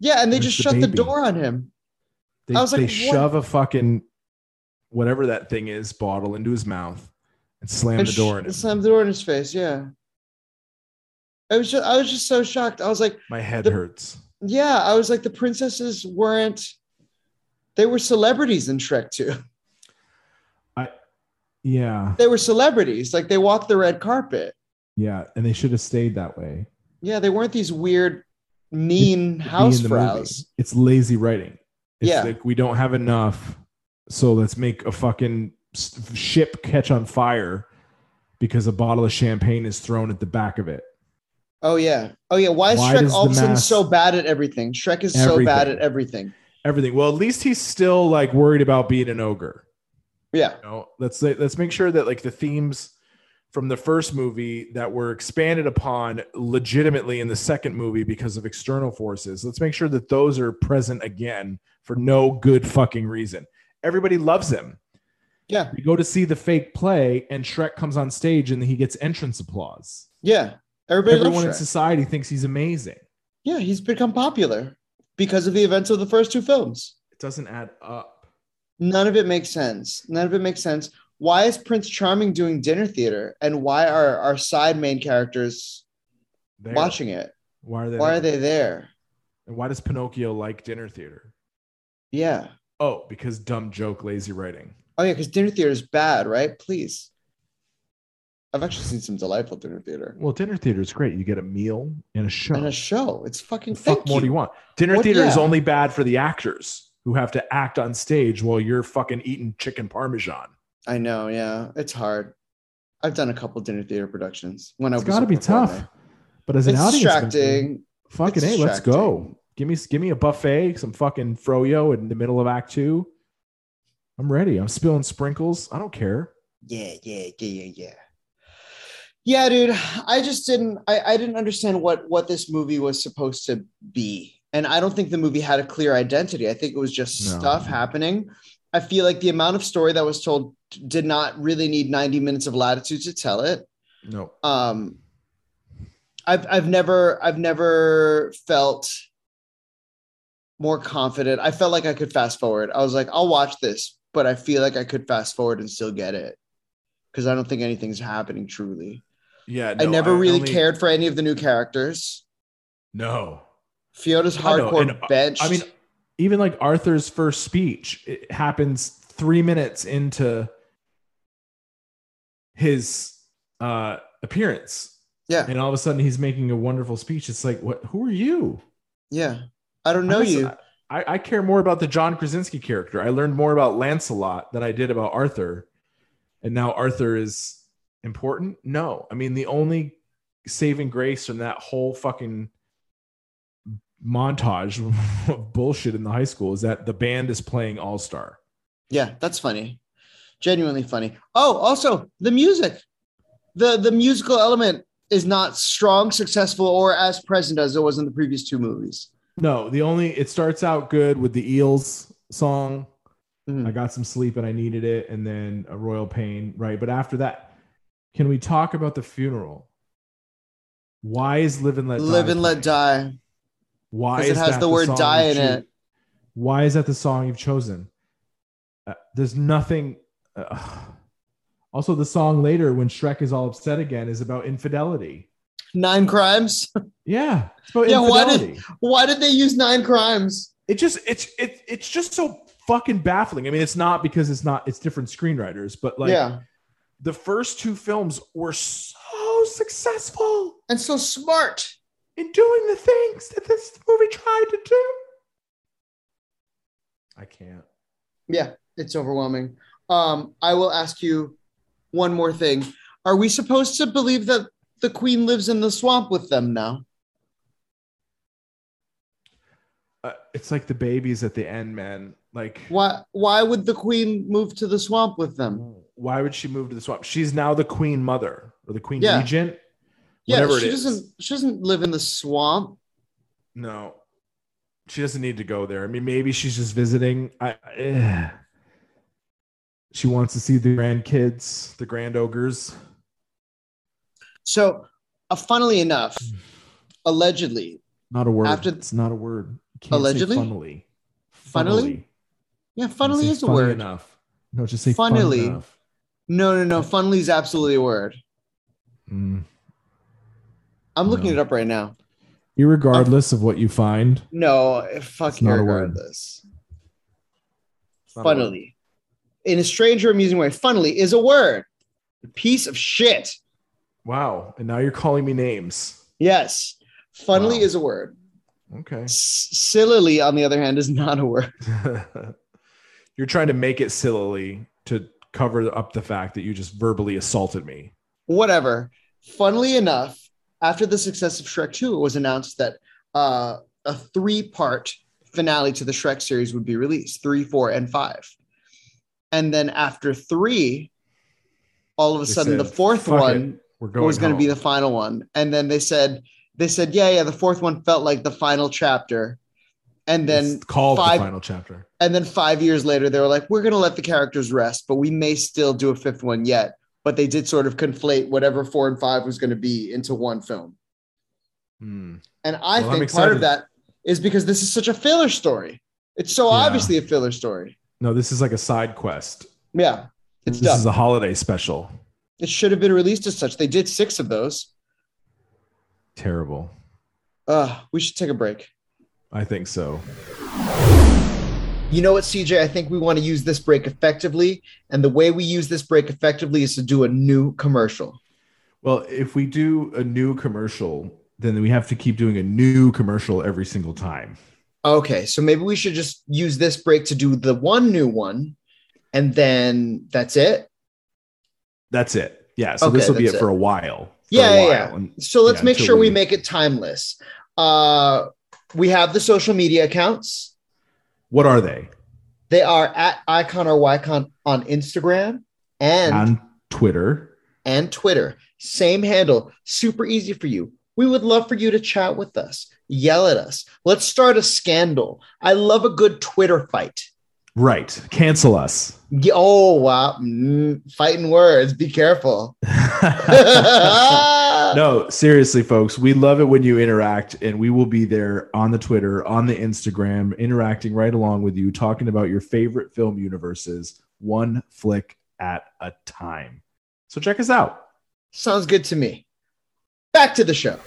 Speaker 1: Yeah, and they
Speaker 2: Where's
Speaker 1: just
Speaker 2: the
Speaker 1: shut the
Speaker 2: baby?
Speaker 1: door on him.
Speaker 2: They,
Speaker 1: I was like,
Speaker 2: they
Speaker 1: what?
Speaker 2: shove a fucking whatever that thing is bottle into his mouth and slam
Speaker 1: And
Speaker 2: the
Speaker 1: sh-
Speaker 2: door in him.
Speaker 1: slammed the door in his face. Yeah. I was just, I was just so shocked. I was like,
Speaker 2: My head
Speaker 1: the-
Speaker 2: hurts.
Speaker 1: yeah, I was like, the princesses weren't. They were celebrities in Shrek 2.
Speaker 2: Yeah.
Speaker 1: *laughs* They were celebrities. Like they walked the red carpet.
Speaker 2: Yeah. And they should have stayed that way.
Speaker 1: Yeah, they weren't these weird, mean
Speaker 2: be in the movie.
Speaker 1: housefrows.
Speaker 2: It's lazy writing. It's
Speaker 1: Yeah.
Speaker 2: like we don't have enough, so let's make a fucking s- ship catch on fire because a bottle of champagne is thrown at the back of it.
Speaker 1: Oh yeah. Oh yeah. Why is
Speaker 2: Why
Speaker 1: Shrek
Speaker 2: does
Speaker 1: all of a
Speaker 2: the
Speaker 1: sudden
Speaker 2: mass-
Speaker 1: so bad at everything? Shrek is so
Speaker 2: Everything.
Speaker 1: bad at everything.
Speaker 2: everything. Well, at least he's still like worried about being an ogre.
Speaker 1: Yeah.
Speaker 2: You know, let's let's make sure that like the themes from the first movie that were expanded upon legitimately in the second movie because of external forces. Let's make sure that those are present again for no good fucking reason. Everybody loves him.
Speaker 1: Yeah.
Speaker 2: You go to see the fake play and Shrek comes on stage and he gets entrance applause.
Speaker 1: Yeah. Everybody
Speaker 2: Everyone in
Speaker 1: loves Shrek.
Speaker 2: society thinks he's amazing.
Speaker 1: Yeah, he's become popular because of the events of the first two films.
Speaker 2: It doesn't add up.
Speaker 1: None of it makes sense. None of it makes sense. Why is Prince Charming doing dinner theater? And why are our side main characters
Speaker 2: There.
Speaker 1: watching it?
Speaker 2: Why are they?
Speaker 1: Why are they there?
Speaker 2: And why does Pinocchio like dinner theater?
Speaker 1: Yeah.
Speaker 2: Oh, because dumb joke, lazy writing.
Speaker 1: Oh yeah, because dinner theater is bad, right? Please. I've actually seen some delightful dinner theater
Speaker 2: Well, dinner theater is great. You get a meal and a show.
Speaker 1: and a show. It's fucking
Speaker 2: the fuck
Speaker 1: thank
Speaker 2: more do you
Speaker 1: you.
Speaker 2: want? Dinner
Speaker 1: What-
Speaker 2: theater is
Speaker 1: yeah.
Speaker 2: only bad for the actors who have to act on stage while you're fucking eating chicken parmesan.
Speaker 1: I know. Yeah, it's hard. I've done a couple dinner theater productions when
Speaker 2: It's
Speaker 1: I was
Speaker 2: got to
Speaker 1: a
Speaker 2: be tough.
Speaker 1: performer.
Speaker 2: But as an
Speaker 1: It's
Speaker 2: audience, member,
Speaker 1: distracting.
Speaker 2: fucking
Speaker 1: It's
Speaker 2: hey, let's
Speaker 1: distracting.
Speaker 2: go. Give me give me a buffet, some fucking froyo in the middle of Act Two. I'm ready. I'm spilling sprinkles. I don't care.
Speaker 1: Yeah, yeah, yeah, yeah, yeah. Yeah, dude. I just didn't. I, I didn't understand what what this movie was supposed to be, and I don't think the movie had a clear identity. I think it was just
Speaker 2: No.
Speaker 1: stuff happening. I feel like the amount of story that was told did not really need ninety minutes of latitude to tell it.
Speaker 2: No,
Speaker 1: um i've i've never i've never felt more confident i felt like i could fast forward i was like i'll watch this but i feel like i could fast forward and still get it because i don't think anything's happening truly
Speaker 2: yeah,
Speaker 1: i
Speaker 2: no,
Speaker 1: never really
Speaker 2: only-
Speaker 1: cared for any of the new characters
Speaker 2: No,
Speaker 1: fiona's
Speaker 2: I know,
Speaker 1: hardcore
Speaker 2: and, uh,
Speaker 1: bench
Speaker 2: I mean, even like Arthur's first speech, it happens three minutes into his uh, appearance,
Speaker 1: yeah
Speaker 2: and all of a sudden he's making a wonderful speech. It's like, what? Who are you?
Speaker 1: yeah i don't know
Speaker 2: I'm just-
Speaker 1: you
Speaker 2: I, I care more about the John Krasinski character. I learned more about Lancelot than I did about Arthur, and now Arthur is important. No, I mean the only saving grace from that whole fucking montage *laughs* of bullshit in the high school is that the band is playing All Star.
Speaker 1: yeah that's funny genuinely funny oh also the music the the musical element is not strong successful or as present as it was in the previous two movies
Speaker 2: No, the only it starts out good with the Eels song.
Speaker 1: Mhm.
Speaker 2: I got some sleep and I needed it, and then a royal pain, right? But after that, can we talk about the funeral? Why is live and let
Speaker 1: live
Speaker 2: die
Speaker 1: and let
Speaker 2: playing?
Speaker 1: die
Speaker 2: Why
Speaker 1: because it
Speaker 2: is
Speaker 1: has
Speaker 2: that
Speaker 1: the word
Speaker 2: song
Speaker 1: die
Speaker 2: you
Speaker 1: in
Speaker 2: choo-
Speaker 1: it
Speaker 2: Why is that the song you've chosen? Uh, there's nothing. uh, *sighs* also, the song later when Shrek is all upset again is about infidelity.
Speaker 1: nine crimes *laughs*
Speaker 2: Yeah, it's about
Speaker 1: Yeah, why did-
Speaker 2: infidelity.
Speaker 1: why did they use nine crimes
Speaker 2: it just it's it, it's just so fucking baffling. I mean, it's not because it's not it's different screenwriters, but like
Speaker 1: yeah
Speaker 2: the first two films were so successful
Speaker 1: and so smart
Speaker 2: in doing the things that this movie tried to do. I can't.
Speaker 1: yeah it's overwhelming um i will ask you one more thing are we supposed to believe that the queen lives in the swamp with them now
Speaker 2: Uh, it's like the babies at the end, man. Like
Speaker 1: Why why would the queen move to the swamp with them?
Speaker 2: Why would she move to the swamp? She's now the queen mother or the queen
Speaker 1: Yeah.
Speaker 2: regent.
Speaker 1: Yeah,
Speaker 2: Whatever it
Speaker 1: she
Speaker 2: is.
Speaker 1: doesn't she doesn't live in the swamp.
Speaker 2: No, she doesn't need to go there. I mean, maybe she's just visiting. I, eh. She wants to see the grandkids, the grand ogres.
Speaker 1: So uh, funnily enough, allegedly,
Speaker 2: Not a word.
Speaker 1: After-
Speaker 2: it's not a word. You can't say
Speaker 1: Allegedly?
Speaker 2: funnily.
Speaker 1: Funnily?
Speaker 2: Funnily.
Speaker 1: yeah,
Speaker 2: You
Speaker 1: funnily
Speaker 2: say
Speaker 1: is a
Speaker 2: funny
Speaker 1: word.
Speaker 2: Enough. No, just say
Speaker 1: Funnily.
Speaker 2: funnily. enough.
Speaker 1: No, no, no. Funnily is absolutely a word.
Speaker 2: Mm.
Speaker 1: I'm looking
Speaker 2: No.
Speaker 1: it up right now.
Speaker 2: Irregardless of what you find,
Speaker 1: No, fuck
Speaker 2: It's not a word.
Speaker 1: regardless.
Speaker 2: it's not a word.
Speaker 1: Funnily. In a strange or amusing way, funnily is a word. Piece of shit.
Speaker 2: Wow. And now you're calling me names.
Speaker 1: Yes. Funnily
Speaker 2: Wow.
Speaker 1: is a word.
Speaker 2: Okay.
Speaker 1: S- sillily, on the other hand, is not a word.
Speaker 2: *laughs* You're trying to make it sillily to cover up the fact that you just verbally assaulted me.
Speaker 1: whatever. Funnily enough, after the success of Shrek 2, it was announced that uh, a three part finale to the Shrek series would be released three, four, and five. And then after three, all of a
Speaker 2: They
Speaker 1: sudden the
Speaker 2: said,
Speaker 1: fourth
Speaker 2: "Fuck it,
Speaker 1: one
Speaker 2: We're going.
Speaker 1: was going to be
Speaker 2: home.
Speaker 1: the final one. And then they said, they said, yeah, yeah, the fourth one felt like the final chapter. And then
Speaker 2: It's called
Speaker 1: five-
Speaker 2: the final chapter.
Speaker 1: and then five years later, they were like, we're going to let the characters rest, but we may still do a fifth one yet. But they did sort of conflate whatever four and five was going to be into one film.
Speaker 2: Hmm.
Speaker 1: And I
Speaker 2: Well, I'm
Speaker 1: think part of
Speaker 2: excited.
Speaker 1: that is because this is such a filler story. It's so
Speaker 2: Yeah.
Speaker 1: obviously a filler story.
Speaker 2: No, this is like a side quest.
Speaker 1: Yeah, it's
Speaker 2: this
Speaker 1: done.
Speaker 2: is a holiday special.
Speaker 1: it should have been released as such. They did six of those.
Speaker 2: Terrible.
Speaker 1: Uh, we should take a break.
Speaker 2: I think so.
Speaker 1: You know what, CJ? I think we want to use this break effectively. And the way we use this break effectively is to do a new commercial.
Speaker 2: Well, if we do a new commercial, then we have to keep doing a new commercial every single time.
Speaker 1: Okay, so maybe we should just use this break to do the one new one, and then that's it.
Speaker 2: That's it. Yeah. So
Speaker 1: Okay,
Speaker 2: this will be it,
Speaker 1: that's
Speaker 2: for a while. For
Speaker 1: Yeah,
Speaker 2: a
Speaker 1: yeah, yeah.
Speaker 2: while. And
Speaker 1: So let's
Speaker 2: Yeah,
Speaker 1: make
Speaker 2: until
Speaker 1: sure we
Speaker 2: we-
Speaker 1: make it timeless. Uh, we have the social media accounts.
Speaker 2: What are they?
Speaker 1: They are at Icon or Ycon on Instagram and
Speaker 2: On Twitter.
Speaker 1: and Twitter. Same handle, super easy for you. We would love for you to chat with us, yell at us. Let's start a scandal. I love a good Twitter fight.
Speaker 2: Right.
Speaker 1: *laughs*
Speaker 2: Cancel us. *laughs*
Speaker 1: Ye- Oh wow, Mm, fighting words. Be careful. *laughs*
Speaker 2: no, seriously, folks, we love it when you interact, and we will be there on the Twitter, on the Instagram, interacting right along with you, talking about your favorite film universes, one flick at a time. So check us out.
Speaker 1: Sounds good to me. Back to the show.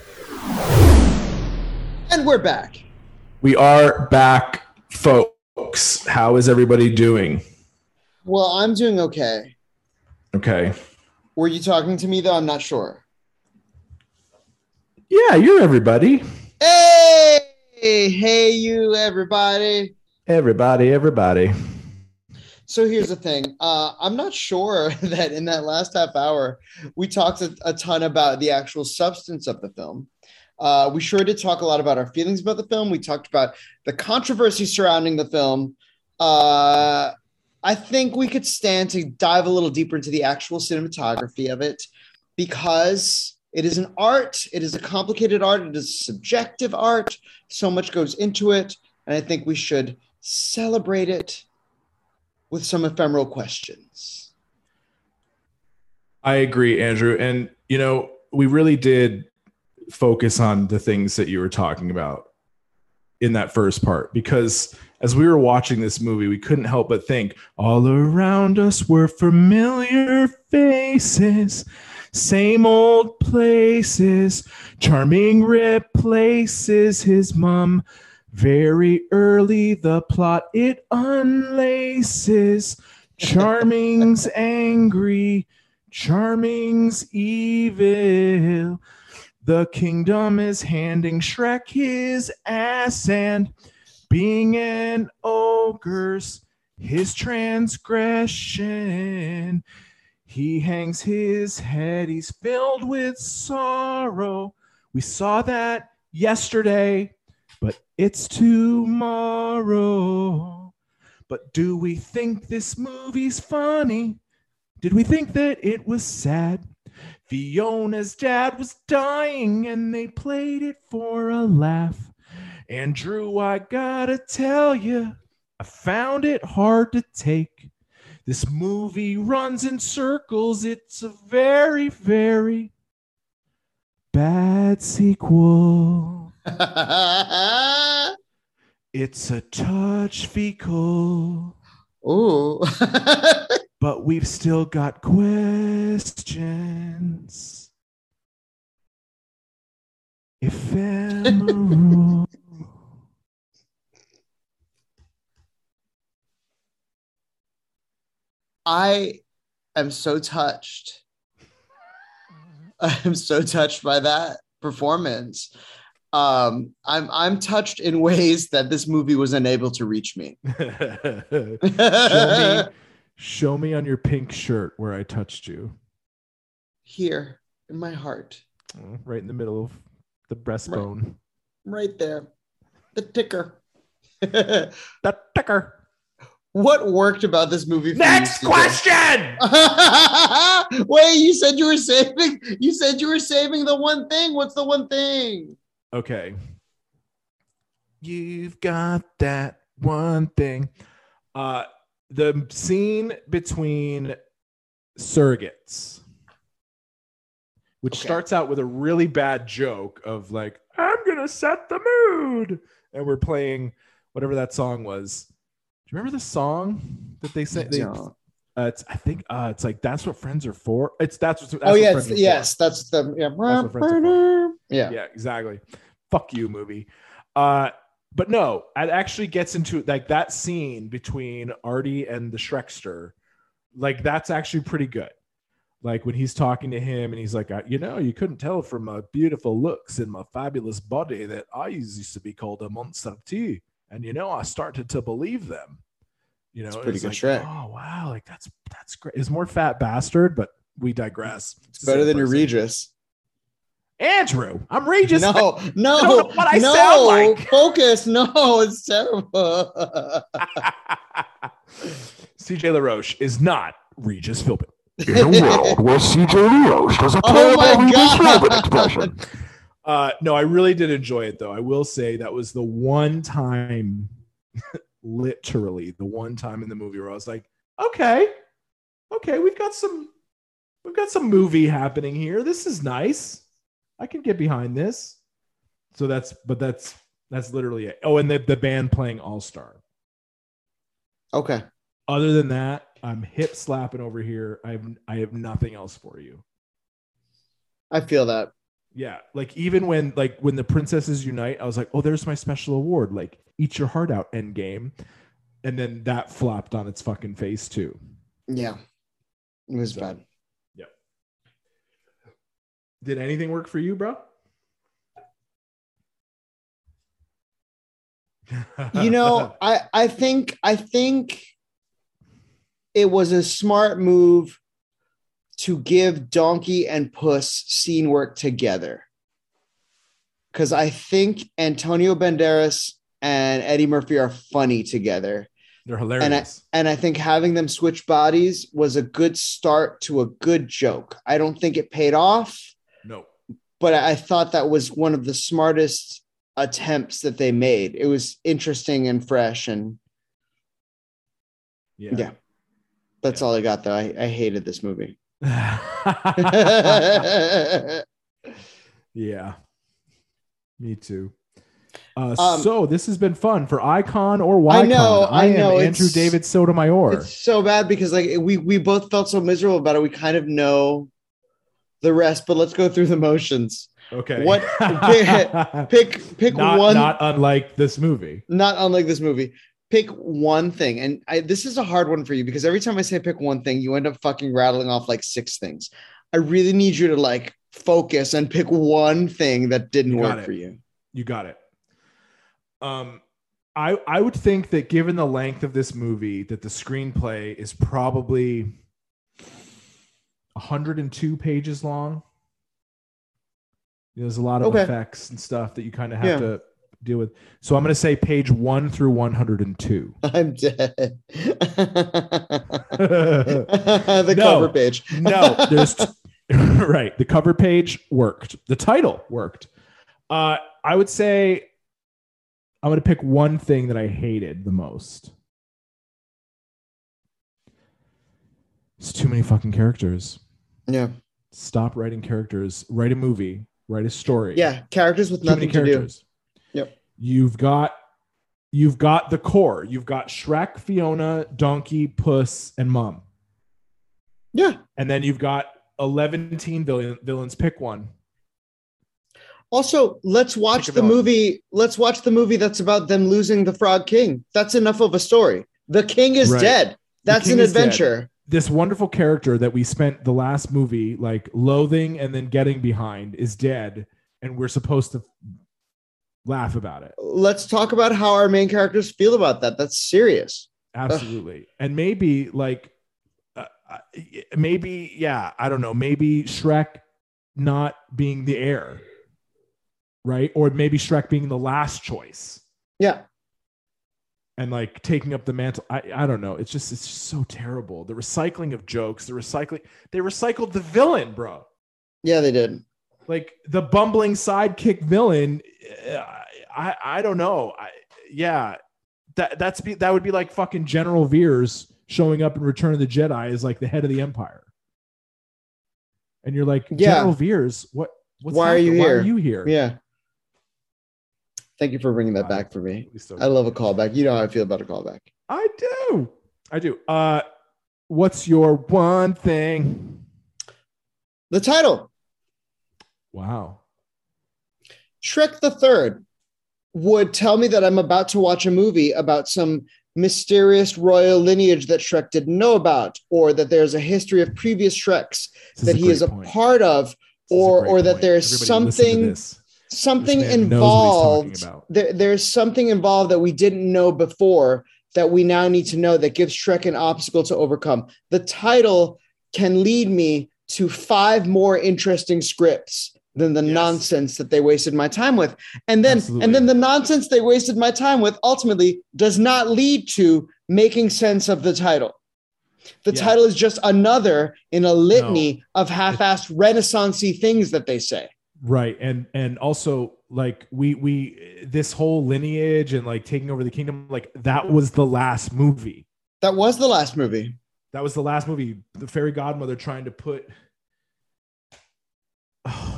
Speaker 1: And we're back.
Speaker 2: We are back, folks. How is everybody doing?
Speaker 1: Well, I'm doing okay.
Speaker 2: Okay.
Speaker 1: Were you talking to me though? I'm not sure.
Speaker 2: Yeah, you're everybody.
Speaker 1: Hey, hey, you everybody.
Speaker 2: Everybody, everybody.
Speaker 1: So here's the thing. Uh, I'm not sure *laughs* that in that last half hour we talked a, a ton about the actual substance of the film. Uh, we sure did talk a lot about our feelings about the film. We talked about the controversy surrounding the film. Uh, I think we could stand to dive a little deeper into the actual cinematography of it because it is an art. It is a complicated art. It is subjective art. So much goes into it. And I think we should celebrate it with some ephemeral questions.
Speaker 2: I agree, Andrew. And, you know, we really did focus on the things that you were talking about in that first part because as we were watching this movie, we couldn't help but think all around us were familiar faces, same old places. Charming replaces his mum. Very early, the plot it unlaces. Charming's angry. Charming's evil. The kingdom is handing Shrek his ass and being an ogre's his transgression. He hangs his head, he's filled with sorrow. We saw that yesterday, but it's tomorrow. But do we think this movie's funny? Did we think that it was sad? Fiona's dad was dying and they played it for a laugh. And Drew, I gotta tell you, I found it hard to take. This movie runs in circles. It's a very, very bad sequel. It's a touch fecal,
Speaker 1: *laughs* Ooh. *laughs*
Speaker 2: but we've still got questions. *laughs* Ephemeral.
Speaker 1: I am so touched. I'm so touched by that performance. Um, I'm I'm touched in ways that this movie was unable to reach me.
Speaker 2: show me, show me on your pink shirt where I touched you,
Speaker 1: *laughs* Here in my heart,
Speaker 2: right in the middle of the breastbone.
Speaker 1: right there, the ticker. *laughs*
Speaker 2: The ticker.
Speaker 1: what worked about this movie? for you,
Speaker 2: Next
Speaker 1: CJ?
Speaker 2: question.
Speaker 1: *laughs* Wait, you said you were saving. You said you were saving the one thing. What's the one thing?
Speaker 2: Okay. You've got that one thing. Uh the scene between surrogates which
Speaker 1: Okay.
Speaker 2: starts out with a really bad joke of like I'm going to set the mood and we're playing whatever that song was. Do you remember the song that they said they, uh,
Speaker 1: Don't.
Speaker 2: it's I think uh it's like that's what friends are for. It's that's what that's
Speaker 1: oh
Speaker 2: what
Speaker 1: yes,
Speaker 2: friends are for.
Speaker 1: yes, that's the yeah.
Speaker 2: what friends are for.
Speaker 1: yeah.
Speaker 2: Yeah, exactly. Fuck you, movie. Uh, but no, it actually gets into like that scene between Artie and the Shrekster. Like that's actually pretty good. Like when he's talking to him and he's like, "I- you know, you couldn't tell from my beautiful looks and my fabulous body that I used to be called a monster too. And you know, I started to believe them. You know,
Speaker 1: It's pretty
Speaker 2: it's
Speaker 1: good
Speaker 2: like,
Speaker 1: Shrek.
Speaker 2: Oh wow, like that's that's great. It's more fat bastard, but we digress.
Speaker 1: It's better than your
Speaker 2: Regis.
Speaker 1: Regis.
Speaker 2: Andrew, I'm Regis.
Speaker 1: *laughs* no, no,
Speaker 2: *laughs* I don't know what I
Speaker 1: no.
Speaker 2: sound like.
Speaker 1: Focus. No, it's terrible. *laughs*
Speaker 2: CJ LaRoche is not Regis Philbin.
Speaker 3: In a world where CJ LaRoche doesn't play
Speaker 1: Oh my
Speaker 3: by Regis
Speaker 1: God.
Speaker 3: Philbin expression.
Speaker 2: Uh, no, I really did enjoy it though. I will say that was the one time, *laughs* literally the one time in the movie where I was like, okay, okay, we've got some, we've got some movie happening here. This is nice. I can get behind this. So that's, but that's that's literally it. Oh, and the the band playing All Star.
Speaker 1: okay.
Speaker 2: other than that, I'm hip slapping over here. I have I have nothing else for you.
Speaker 1: I feel that.
Speaker 2: Yeah, like even when like when the princesses unite, I was like, oh, there's my special award. Like eat your heart out, Endgame, and then that flopped on its fucking face too.
Speaker 1: Yeah. It was bad.
Speaker 2: Did anything work for you, bro?
Speaker 1: You
Speaker 2: *laughs*
Speaker 1: know, I, I think I think it was a smart move to give Donkey and Puss scene work together. Cause I think Antonio Banderas and Eddie Murphy are funny together.
Speaker 2: they're hilarious.
Speaker 1: and I think having them switch bodies was a good start to a good joke. I don't think it paid off,
Speaker 2: no,
Speaker 1: but I I thought that was one of the smartest attempts that they made. It was interesting and fresh, and
Speaker 2: yeah,
Speaker 1: that's all I got. Though I, I hated this
Speaker 2: *laughs*
Speaker 1: movie. *laughs*
Speaker 2: yeah,
Speaker 1: yeah, *laughs*
Speaker 2: Yeah. Me too. Uh,
Speaker 1: Um,
Speaker 2: so this has been fun for Icon or Ycon.
Speaker 1: I know, I
Speaker 2: am
Speaker 1: know,
Speaker 2: Andrew
Speaker 1: it's-
Speaker 2: David Sotomayor.
Speaker 1: it's so bad because like we we both felt so miserable about it. We kind of know the rest, but let's go through the motions.
Speaker 2: Okay.
Speaker 1: what- *laughs* Pick pick
Speaker 2: *laughs* not,
Speaker 1: one.
Speaker 2: not unlike this movie.
Speaker 1: not unlike this movie. Pick one thing, and I, this is a hard one for you because every time I say pick one thing, you end up fucking rattling off like six things. I really need you to like focus and pick one thing that didn't
Speaker 2: You got
Speaker 1: work
Speaker 2: it.
Speaker 1: for you. *laughs*
Speaker 2: You got it. Um, I I would think that given the length of this movie, that the screenplay is probably 102 pages long. There's a lot of
Speaker 1: Okay.
Speaker 2: effects and stuff that you kind of
Speaker 1: Yeah.
Speaker 2: have to deal with. So I'm going to say page one
Speaker 1: *laughs*
Speaker 2: through *laughs* 102.
Speaker 1: I'm dead. *laughs* the
Speaker 2: no, Uh, No.
Speaker 1: cover page.
Speaker 2: *laughs* there's right. The cover page worked. The title worked. Uh, I would say I'm going to pick one thing that I hated the most. It's too many fucking characters.
Speaker 1: Yeah,
Speaker 2: Stop writing characters. Write a movie. Write a story.
Speaker 1: yeah. Characters with
Speaker 2: Too
Speaker 1: nothing
Speaker 2: many
Speaker 1: to do.
Speaker 2: characters.
Speaker 1: Yep.
Speaker 2: You've got you've got the core. You've got Shrek, Fiona, Donkey, Puss, and Mom.
Speaker 1: Yeah.
Speaker 2: And then you've got 11 teen villain, villains. Pick one.
Speaker 1: Also, let's watch
Speaker 2: Pick a
Speaker 1: the
Speaker 2: villain.
Speaker 1: movie. Let's watch the movie that's about them losing the Frog King. That's enough of a story. The king is
Speaker 2: Right.
Speaker 1: dead.
Speaker 2: The
Speaker 1: That's
Speaker 2: king
Speaker 1: an
Speaker 2: is dead.
Speaker 1: adventure.
Speaker 2: This wonderful character that we spent the last movie like loathing and then getting behind is dead, and we're supposed to laugh about it.
Speaker 1: let's talk about how our main characters feel about that. That's serious.
Speaker 2: Absolutely. and maybe like, uh, uh, maybe yeah, I don't know. Maybe Shrek not being the heir, right? Or maybe Shrek being the last choice.
Speaker 1: Yeah.
Speaker 2: and like taking up the mantle. I, I don't know. It's just it's just so terrible. The recycling of jokes, the recycling they recycled the villain, bro.
Speaker 1: Yeah, they did.
Speaker 2: Like the bumbling sidekick villain. uh, I I don't know. I yeah. That that's be that would be like fucking General Veers showing up in Return of the Jedi as like the head of the Empire. And you're like,
Speaker 1: Yeah.
Speaker 2: General Veers, what what's
Speaker 1: Why are you
Speaker 2: happening? Why
Speaker 1: here?"
Speaker 2: are you here?
Speaker 1: Yeah. Thank you for bringing that back for me. I love a callback. You know how I feel about a callback.
Speaker 2: I do. I do. Uh, what's your one thing?
Speaker 1: The title
Speaker 2: Wow.
Speaker 1: Shrek the Third would tell me that I'm about to watch a movie about some mysterious royal lineage that Shrek didn't know about, or that there's a history of previous Shreks
Speaker 2: This
Speaker 1: that
Speaker 2: a
Speaker 1: he is a
Speaker 2: great point.
Speaker 1: part of,
Speaker 2: This is a
Speaker 1: or-
Speaker 2: great
Speaker 1: or that
Speaker 2: point.
Speaker 1: there's
Speaker 2: Everybody listen to
Speaker 1: something-
Speaker 2: this.
Speaker 1: something
Speaker 2: This man knows what
Speaker 1: involved.
Speaker 2: he's talking about.
Speaker 1: There, there's something involved that we didn't know before that we now need to know that gives Shrek an obstacle to overcome. The title can lead me to five more interesting scripts than the
Speaker 2: Yes.
Speaker 1: nonsense that they wasted my time with. And then
Speaker 2: Absolutely.
Speaker 1: and then the nonsense they wasted my time with ultimately does not lead to making sense of the title. The
Speaker 2: Yeah.
Speaker 1: title is just another in a litany of half-assed renaissancey things that they say.
Speaker 2: Right. And and also like we we this whole lineage and like taking over the kingdom, like that was the last movie.
Speaker 1: That was the last movie.
Speaker 2: That was the last movie. The fairy godmother trying to put *sighs*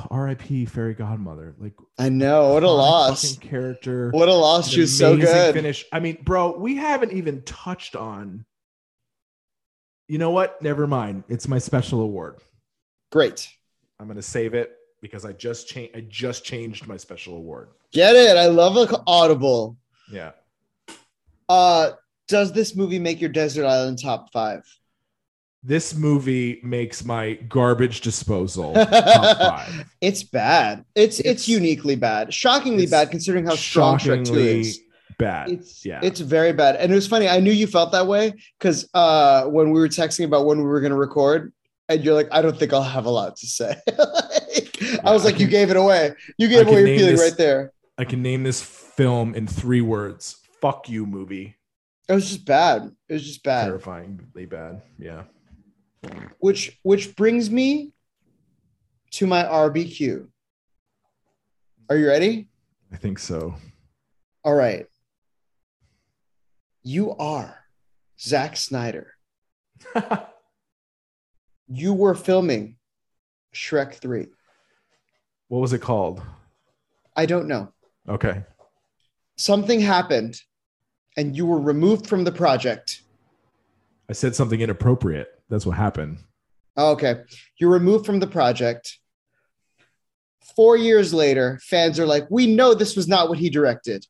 Speaker 2: R.I.P. Fairy Godmother. Like
Speaker 1: I know. Oh, What a
Speaker 2: iconic
Speaker 1: loss.
Speaker 2: fucking Character.
Speaker 1: What a loss.
Speaker 2: an
Speaker 1: She was so
Speaker 2: amazing
Speaker 1: good.
Speaker 2: Finish. I mean, bro, we haven't even touched on. You know what? Never mind. It's my special award.
Speaker 1: Great.
Speaker 2: I'm gonna save it because I just changed. I just changed my special award.
Speaker 1: Get it. I love a audible.
Speaker 2: Yeah.
Speaker 1: Uh, does this movie make your desert island top five?
Speaker 2: This movie makes my
Speaker 1: *laughs*
Speaker 2: garbage disposal top five.
Speaker 1: It's bad. It's it's,
Speaker 2: It's-
Speaker 1: uniquely bad. Shockingly
Speaker 2: it's
Speaker 1: bad considering how strong Shrek 2
Speaker 2: Shockingly
Speaker 1: is.
Speaker 2: bad.
Speaker 1: It's
Speaker 2: yeah.
Speaker 1: it's very bad. And it was funny. I knew you felt that way because uh when we were texting about when we were gonna record, and you're like, I don't think I'll have a lot to say. *laughs* Like, I was
Speaker 2: I
Speaker 1: like, you
Speaker 2: can-
Speaker 1: gave it away. You gave
Speaker 2: can
Speaker 1: away your
Speaker 2: name
Speaker 1: feeling
Speaker 2: this-
Speaker 1: right there.
Speaker 2: I can name this film in three words. Fuck you, movie.
Speaker 1: It was just bad. It was just bad.
Speaker 2: Terrifyingly bad. Yeah.
Speaker 1: Which which brings me to my RBQ. Are you ready?
Speaker 2: I think so. *laughs*
Speaker 1: All right. You are Zack Snyder. You were filming Shrek 3.
Speaker 2: what was it called?
Speaker 1: I don't know.
Speaker 2: Okay.
Speaker 1: Something happened and you were removed from the project.
Speaker 2: I said something inappropriate. That's what happened.
Speaker 1: Oh, okay. You're removed from the project. Four years later, fans are like, we know this was not what he directed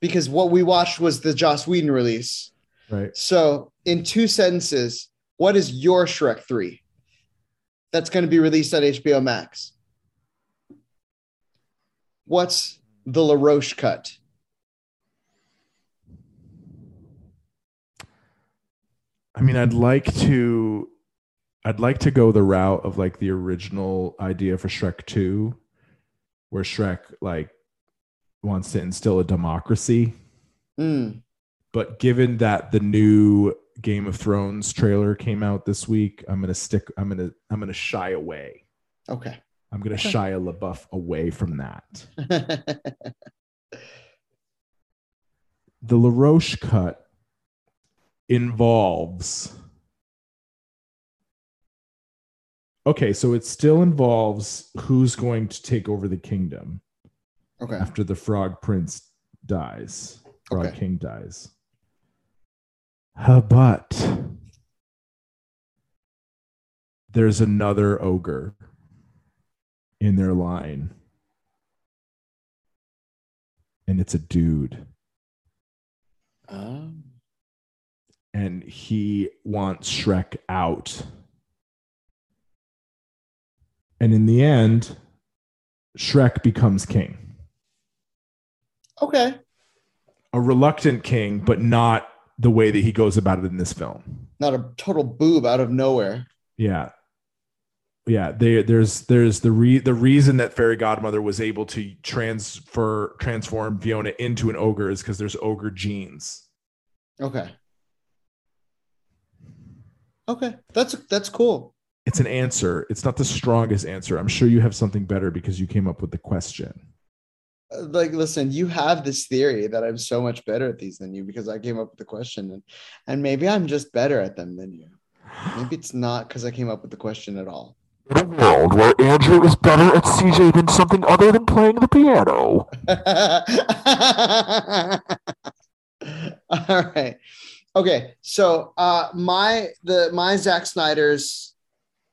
Speaker 1: because what we watched was the Joss Whedon release.
Speaker 2: Right.
Speaker 1: So, in two sentences, what is your Shrek 3 that's going to be released on HBO Max? What's the LaRoche cut?
Speaker 2: I mean, I'd like to I'd like to go the route of like the original idea for Shrek 2 where Shrek like wants to instill a democracy,
Speaker 1: Mm,
Speaker 2: but given that the new Game of Thrones trailer came out this week, I'm going to stick I'm going to I'm going to shy away.
Speaker 1: okay. *laughs*
Speaker 2: I'm going to
Speaker 1: Okay.
Speaker 2: shy Shia LaBeouf away from that. the LaRoche cut involves. Okay, so it still involves who's going to take over the kingdom
Speaker 1: okay.
Speaker 2: after the Frog Prince dies, Frog
Speaker 1: Okay.
Speaker 2: King dies. Huh, but there's another ogre in their line, and it's a dude.
Speaker 1: Um,
Speaker 2: and he wants Shrek out. And in the end, Shrek becomes king.
Speaker 1: okay.
Speaker 2: A reluctant king, but not the way that he goes about it in this film.
Speaker 1: Not a total boob out of nowhere.
Speaker 2: Yeah. yeah they, there's there's the re the reason that fairy godmother was able to transfer transform fiona into an ogre is because there's ogre genes
Speaker 1: Okay. Okay, that's that's cool.
Speaker 2: it's an answer it's not the strongest answer i'm sure you have something better because you came up with the question
Speaker 1: Uh, Like, listen, you have this theory that I'm so much better at these than you because I came up with the question, and and maybe I'm just better at them than you. Maybe it's not because I came up with the question at all.
Speaker 3: In a world where Andrew is better at CJ than something other than playing the piano.
Speaker 1: *laughs* All right. Okay. So uh my the my Zack Snyder's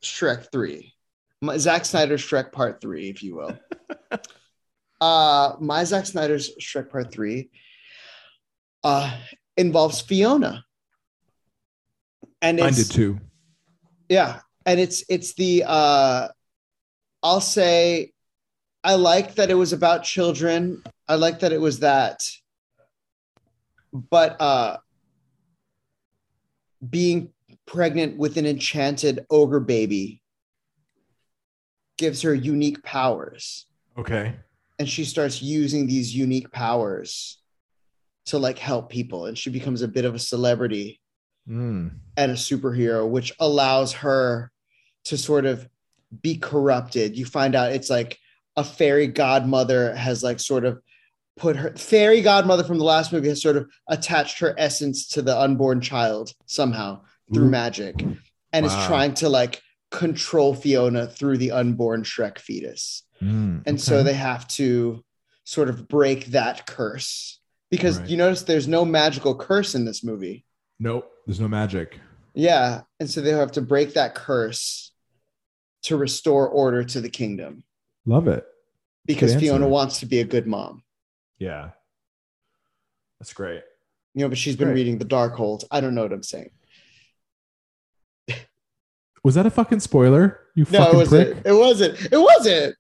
Speaker 1: Shrek 3. My Zack Snyder's Shrek Part 3, if you
Speaker 2: *laughs*
Speaker 1: will. uh my Zack Snyder's Shrek Part 3 uh involves Fiona. And
Speaker 2: mine
Speaker 1: it's
Speaker 2: did too
Speaker 1: yeah and it's it's the uh i'll say i like that it was about children i like that it was that but uh being pregnant with an enchanted ogre baby gives her unique powers
Speaker 2: okay
Speaker 1: and she starts using these unique powers to like help people and she becomes a bit of a celebrity
Speaker 2: Mm.
Speaker 1: and a superhero, which allows her to sort of be corrupted. You find out it's like a fairy godmother has like sort of put her fairy godmother from the last movie has sort of attached her essence to the unborn child somehow through
Speaker 2: Ooh.
Speaker 1: magic and is
Speaker 2: Wow.
Speaker 1: trying to like control Fiona through the unborn Shrek fetus.
Speaker 2: Mm,
Speaker 1: And so
Speaker 2: okay.
Speaker 1: they have to sort of break that curse because
Speaker 2: Right.
Speaker 1: you notice there's no magical curse in this movie.
Speaker 2: nope there's no magic
Speaker 1: Yeah, and so they'll have to break that curse to restore order to the kingdom
Speaker 2: love it
Speaker 1: because
Speaker 2: answer.
Speaker 1: Fiona wants to be a good mom.
Speaker 2: yeah that's great
Speaker 1: You know, but she's been
Speaker 2: Right.
Speaker 1: reading the Darkhold. I don't know what I'm saying.
Speaker 2: was that a fucking spoiler you
Speaker 1: No, it
Speaker 2: fucking
Speaker 1: wasn't.
Speaker 2: prick
Speaker 1: It wasn't. It wasn't.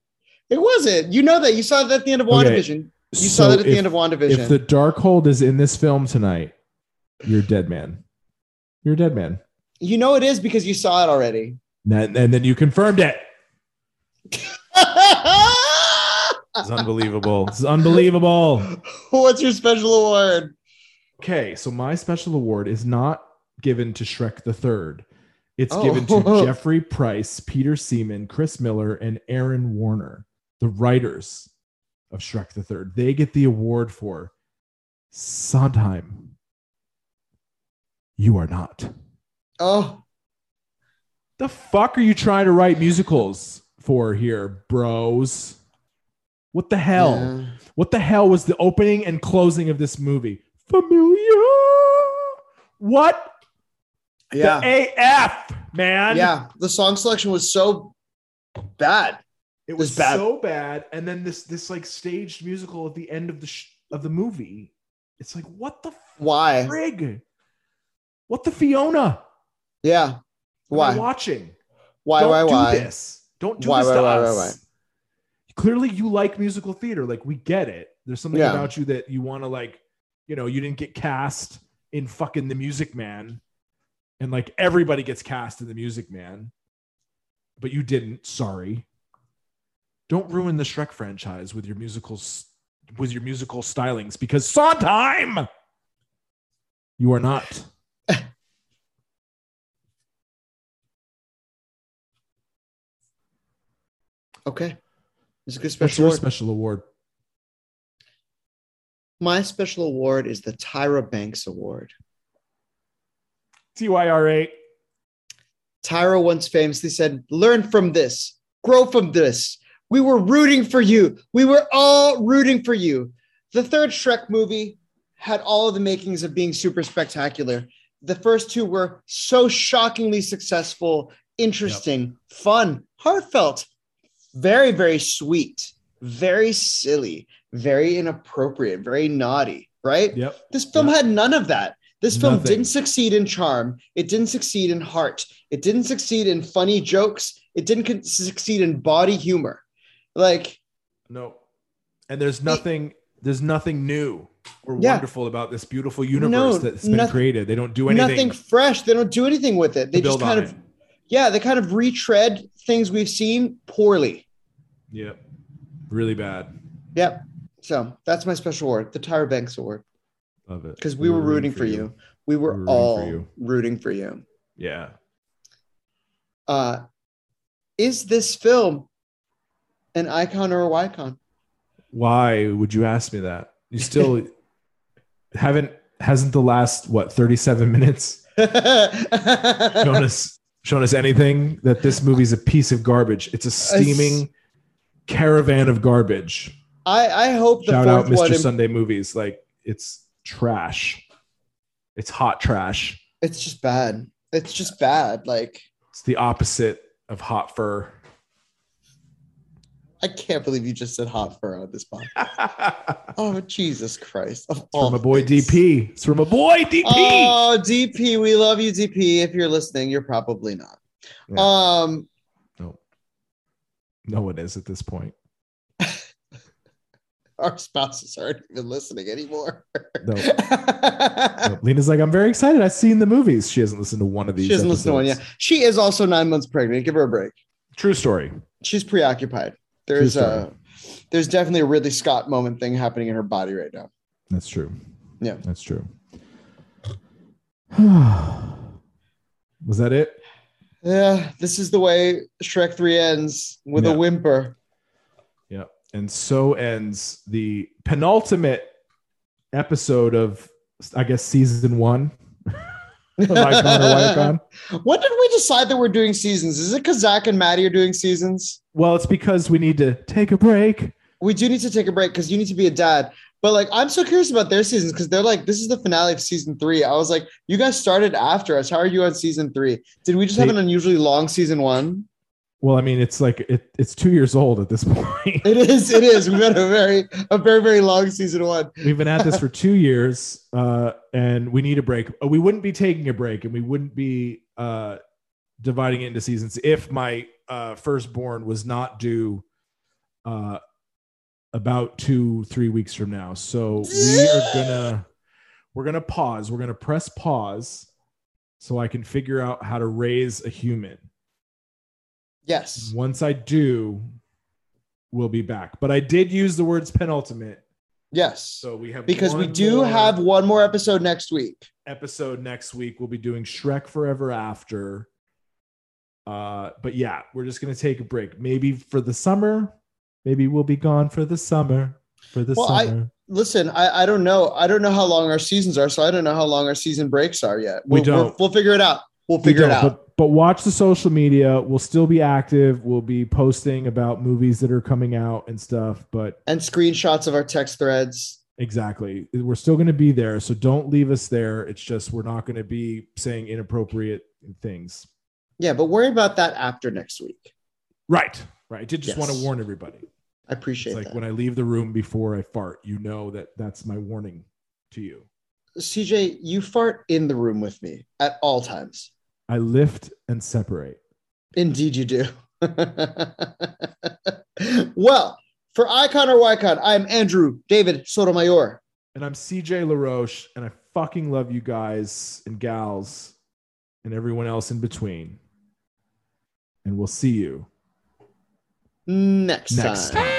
Speaker 1: It wasn't. You know that. You saw that at the end of
Speaker 2: Okay.
Speaker 1: WandaVision. You saw that at the
Speaker 2: if-
Speaker 1: end of WandaVision.
Speaker 2: if the dark hold is in this film tonight you're a dead man you're a dead man
Speaker 1: you know it is because you saw it already. *laughs*
Speaker 2: and, and then you confirmed it it's unbelievable it's unbelievable
Speaker 1: What's your special award?
Speaker 2: okay so my special award is not given to shrek the third it's
Speaker 1: Oh.
Speaker 2: given
Speaker 1: *laughs*
Speaker 2: to jeffrey price peter seaman chris miller and aaron warner the writers of shrek the third they get the award for sondheim you are not
Speaker 1: Oh,
Speaker 2: The fuck are you trying to write musicals for here, bros? What the hell?
Speaker 1: yeah.
Speaker 2: What the hell was the opening and closing of this movie? Familiar. What
Speaker 1: Yeah.
Speaker 2: the AF, man?
Speaker 1: yeah. The song selection was so bad.
Speaker 2: It was
Speaker 1: It's bad.
Speaker 2: so bad. And then this this like staged musical at the end of the sh- of the movie. It's like what the Eh.
Speaker 1: Why?
Speaker 2: frig? What the Fiona?
Speaker 1: Yeah.
Speaker 2: am I
Speaker 1: Why?
Speaker 2: watching?
Speaker 1: Why?
Speaker 2: don't
Speaker 1: Why?
Speaker 2: do
Speaker 1: Why?
Speaker 2: this. Don't do
Speaker 1: Why,
Speaker 2: this
Speaker 1: why,
Speaker 2: to
Speaker 1: why, why,
Speaker 2: us. Clearly, you like musical theater. Like we get it. There's something
Speaker 1: Yeah.
Speaker 2: about you that you want to like. You know, you didn't get cast in fucking The Music Man, and like everybody gets cast in The Music Man, but you didn't. Sorry. Don't ruin the Shrek franchise with your musicals with your musical stylings because Sondheim, you are not.
Speaker 1: Okay. It's a good
Speaker 2: What's
Speaker 1: special
Speaker 2: your
Speaker 1: award.
Speaker 2: special award?
Speaker 1: My special award is the Tyra Banks Award.
Speaker 2: T Y R A.
Speaker 1: Tyra once famously said, Learn from this, grow from this. We were rooting for you. We were all rooting for you. The third Shrek movie had all of the makings of being super spectacular. The first two were so shockingly successful, interesting, fun, heartfelt, very, very sweet, very silly, very inappropriate, very naughty, right?
Speaker 2: Yep.
Speaker 1: This film
Speaker 2: Yeah.
Speaker 1: had none of that. This film
Speaker 2: Nothing.
Speaker 1: didn't succeed in charm. It didn't succeed in heart. It didn't succeed in funny jokes. It didn't con- succeed in body humor. Like,
Speaker 2: No. And there's nothing there's nothing new or
Speaker 1: Yeah.
Speaker 2: wonderful about this beautiful universe that's been
Speaker 1: noth-
Speaker 2: created. They don't do anything
Speaker 1: nothing fresh. They don't do anything with it. They
Speaker 2: to build
Speaker 1: just kind
Speaker 2: on
Speaker 1: of
Speaker 2: it.
Speaker 1: yeah, they kind of retread things we've seen poorly.
Speaker 2: Yep. Really bad.
Speaker 1: Yep. So that's my special award, the Tyra Banks award,
Speaker 2: Love it.
Speaker 1: because we were rooting for you. We were
Speaker 2: We were rooting for
Speaker 1: all
Speaker 2: you.
Speaker 1: rooting for you.
Speaker 2: Yeah.
Speaker 1: Uh, is this film an icon or a wycon?
Speaker 2: Why would you ask me that? You still *laughs* haven't hasn't the last what 37 minutes shown us shown us anything that this movie's a piece of garbage. It's a steaming caravan of garbage.
Speaker 1: I, *laughs* I hope the
Speaker 2: Shout out
Speaker 1: fourth
Speaker 2: Mr.
Speaker 1: one.
Speaker 2: Sunday Movies. Like it's trash. It's hot trash.
Speaker 1: It's just bad. It's just bad. Like
Speaker 2: It's the opposite of
Speaker 1: *laughs*
Speaker 2: hot fur.
Speaker 1: I can't believe you just said hot fur on this podcast.
Speaker 2: It's
Speaker 1: Oh Jesus Christ! Of all
Speaker 2: from my boy
Speaker 1: things.
Speaker 2: DP. It's from my boy DP.
Speaker 1: Oh DP, we love you, DP. If you're listening, you're probably not.
Speaker 2: Yeah.
Speaker 1: Um,
Speaker 2: no one is at this point.
Speaker 1: our spouses aren't even listening anymore.
Speaker 2: No,
Speaker 1: *laughs*
Speaker 2: no. Lena's like, I'm very excited. I've seen the movies. She hasn't listened to one of these.
Speaker 1: she doesn't listen to one. Yeah,
Speaker 2: episodes.
Speaker 1: she is also nine months pregnant. Give her a break.
Speaker 2: True story.
Speaker 1: She's preoccupied. There's
Speaker 2: True
Speaker 1: a there's definitely a Ridley Scott moment thing happening in her body right now.
Speaker 2: That's true.
Speaker 1: Yeah.
Speaker 2: That's true. *sighs* Was that it?
Speaker 1: Yeah, this is the way Shrek Three ends with
Speaker 2: Yeah.
Speaker 1: a whimper.
Speaker 2: Yeah. And so ends the penultimate episode of, I guess, season one. of Icon or
Speaker 1: *laughs*
Speaker 2: Icon.
Speaker 1: When did we decide that we're doing seasons? Is it because Zach and Maddie are doing seasons?
Speaker 2: Well, it's because we need to take a break.
Speaker 1: We do need to take a break because you need to be a dad. But like, I'm so curious about their seasons because they're like, this is the finale of season three. I was like, you guys started after us. How are you on season three? Did we just have
Speaker 2: They-
Speaker 1: an unusually long season one? *laughs*
Speaker 2: Well, I mean, it's like it, it's two years old at this point.
Speaker 1: It is. It is. We've had a very, a very, very long season one.
Speaker 2: We've been at this for two years, uh, and we need a break. Uh, We wouldn't be taking a break, and we wouldn't be uh, dividing it into seasons if my uh, firstborn was not due uh, about two, three weeks from now. So we are gonna we're gonna pause. We're gonna press pause, so I can figure out how to raise a human.
Speaker 1: Yes.
Speaker 2: Once I do, we'll be back. But I did use the words penultimate,
Speaker 1: Yes.
Speaker 2: so we have
Speaker 1: Because we
Speaker 2: one
Speaker 1: do
Speaker 2: more-
Speaker 1: have one more episode next week.
Speaker 2: episode next week. We'll be doing Shrek Forever After. Uh, but yeah, we're just gonna take a break. Maybe for the summer. Maybe we'll be gone for the summer. For the
Speaker 1: Well, I-
Speaker 2: summer.
Speaker 1: Listen, I, I don't know. I don't know how long our seasons are, so I don't know how long our season breaks are yet.
Speaker 2: We
Speaker 1: We'll, We'll,
Speaker 2: don't.
Speaker 1: we'll figure it out. We'll
Speaker 2: We
Speaker 1: figure it
Speaker 2: don't,
Speaker 1: out.
Speaker 2: But, but watch the social media. We'll still be active. We'll be posting about movies that are coming out and stuff. But
Speaker 1: and screenshots of our text threads.
Speaker 2: exactly, we're still gonna be there. So don't leave us there. It's just we're not gonna be saying inappropriate things.
Speaker 1: Yeah, but worry about that after next week.
Speaker 2: Right. Right. I did just want to
Speaker 1: Yes.
Speaker 2: warn everybody.
Speaker 1: I appreciate
Speaker 2: It's like
Speaker 1: that.
Speaker 2: when I leave the room before I fart, you know that that's my warning to you.
Speaker 1: CJ, you fart in the room with me at all times.
Speaker 2: I lift and separate.
Speaker 1: Indeed, you do. *laughs* well, for Icon or Wycon, I'm Andrew David Sotomayor.
Speaker 2: And I'm CJ LaRoche, and I fucking love you guys and gals and everyone else in between. And we'll see you
Speaker 1: Next,
Speaker 2: next
Speaker 1: time.
Speaker 2: time.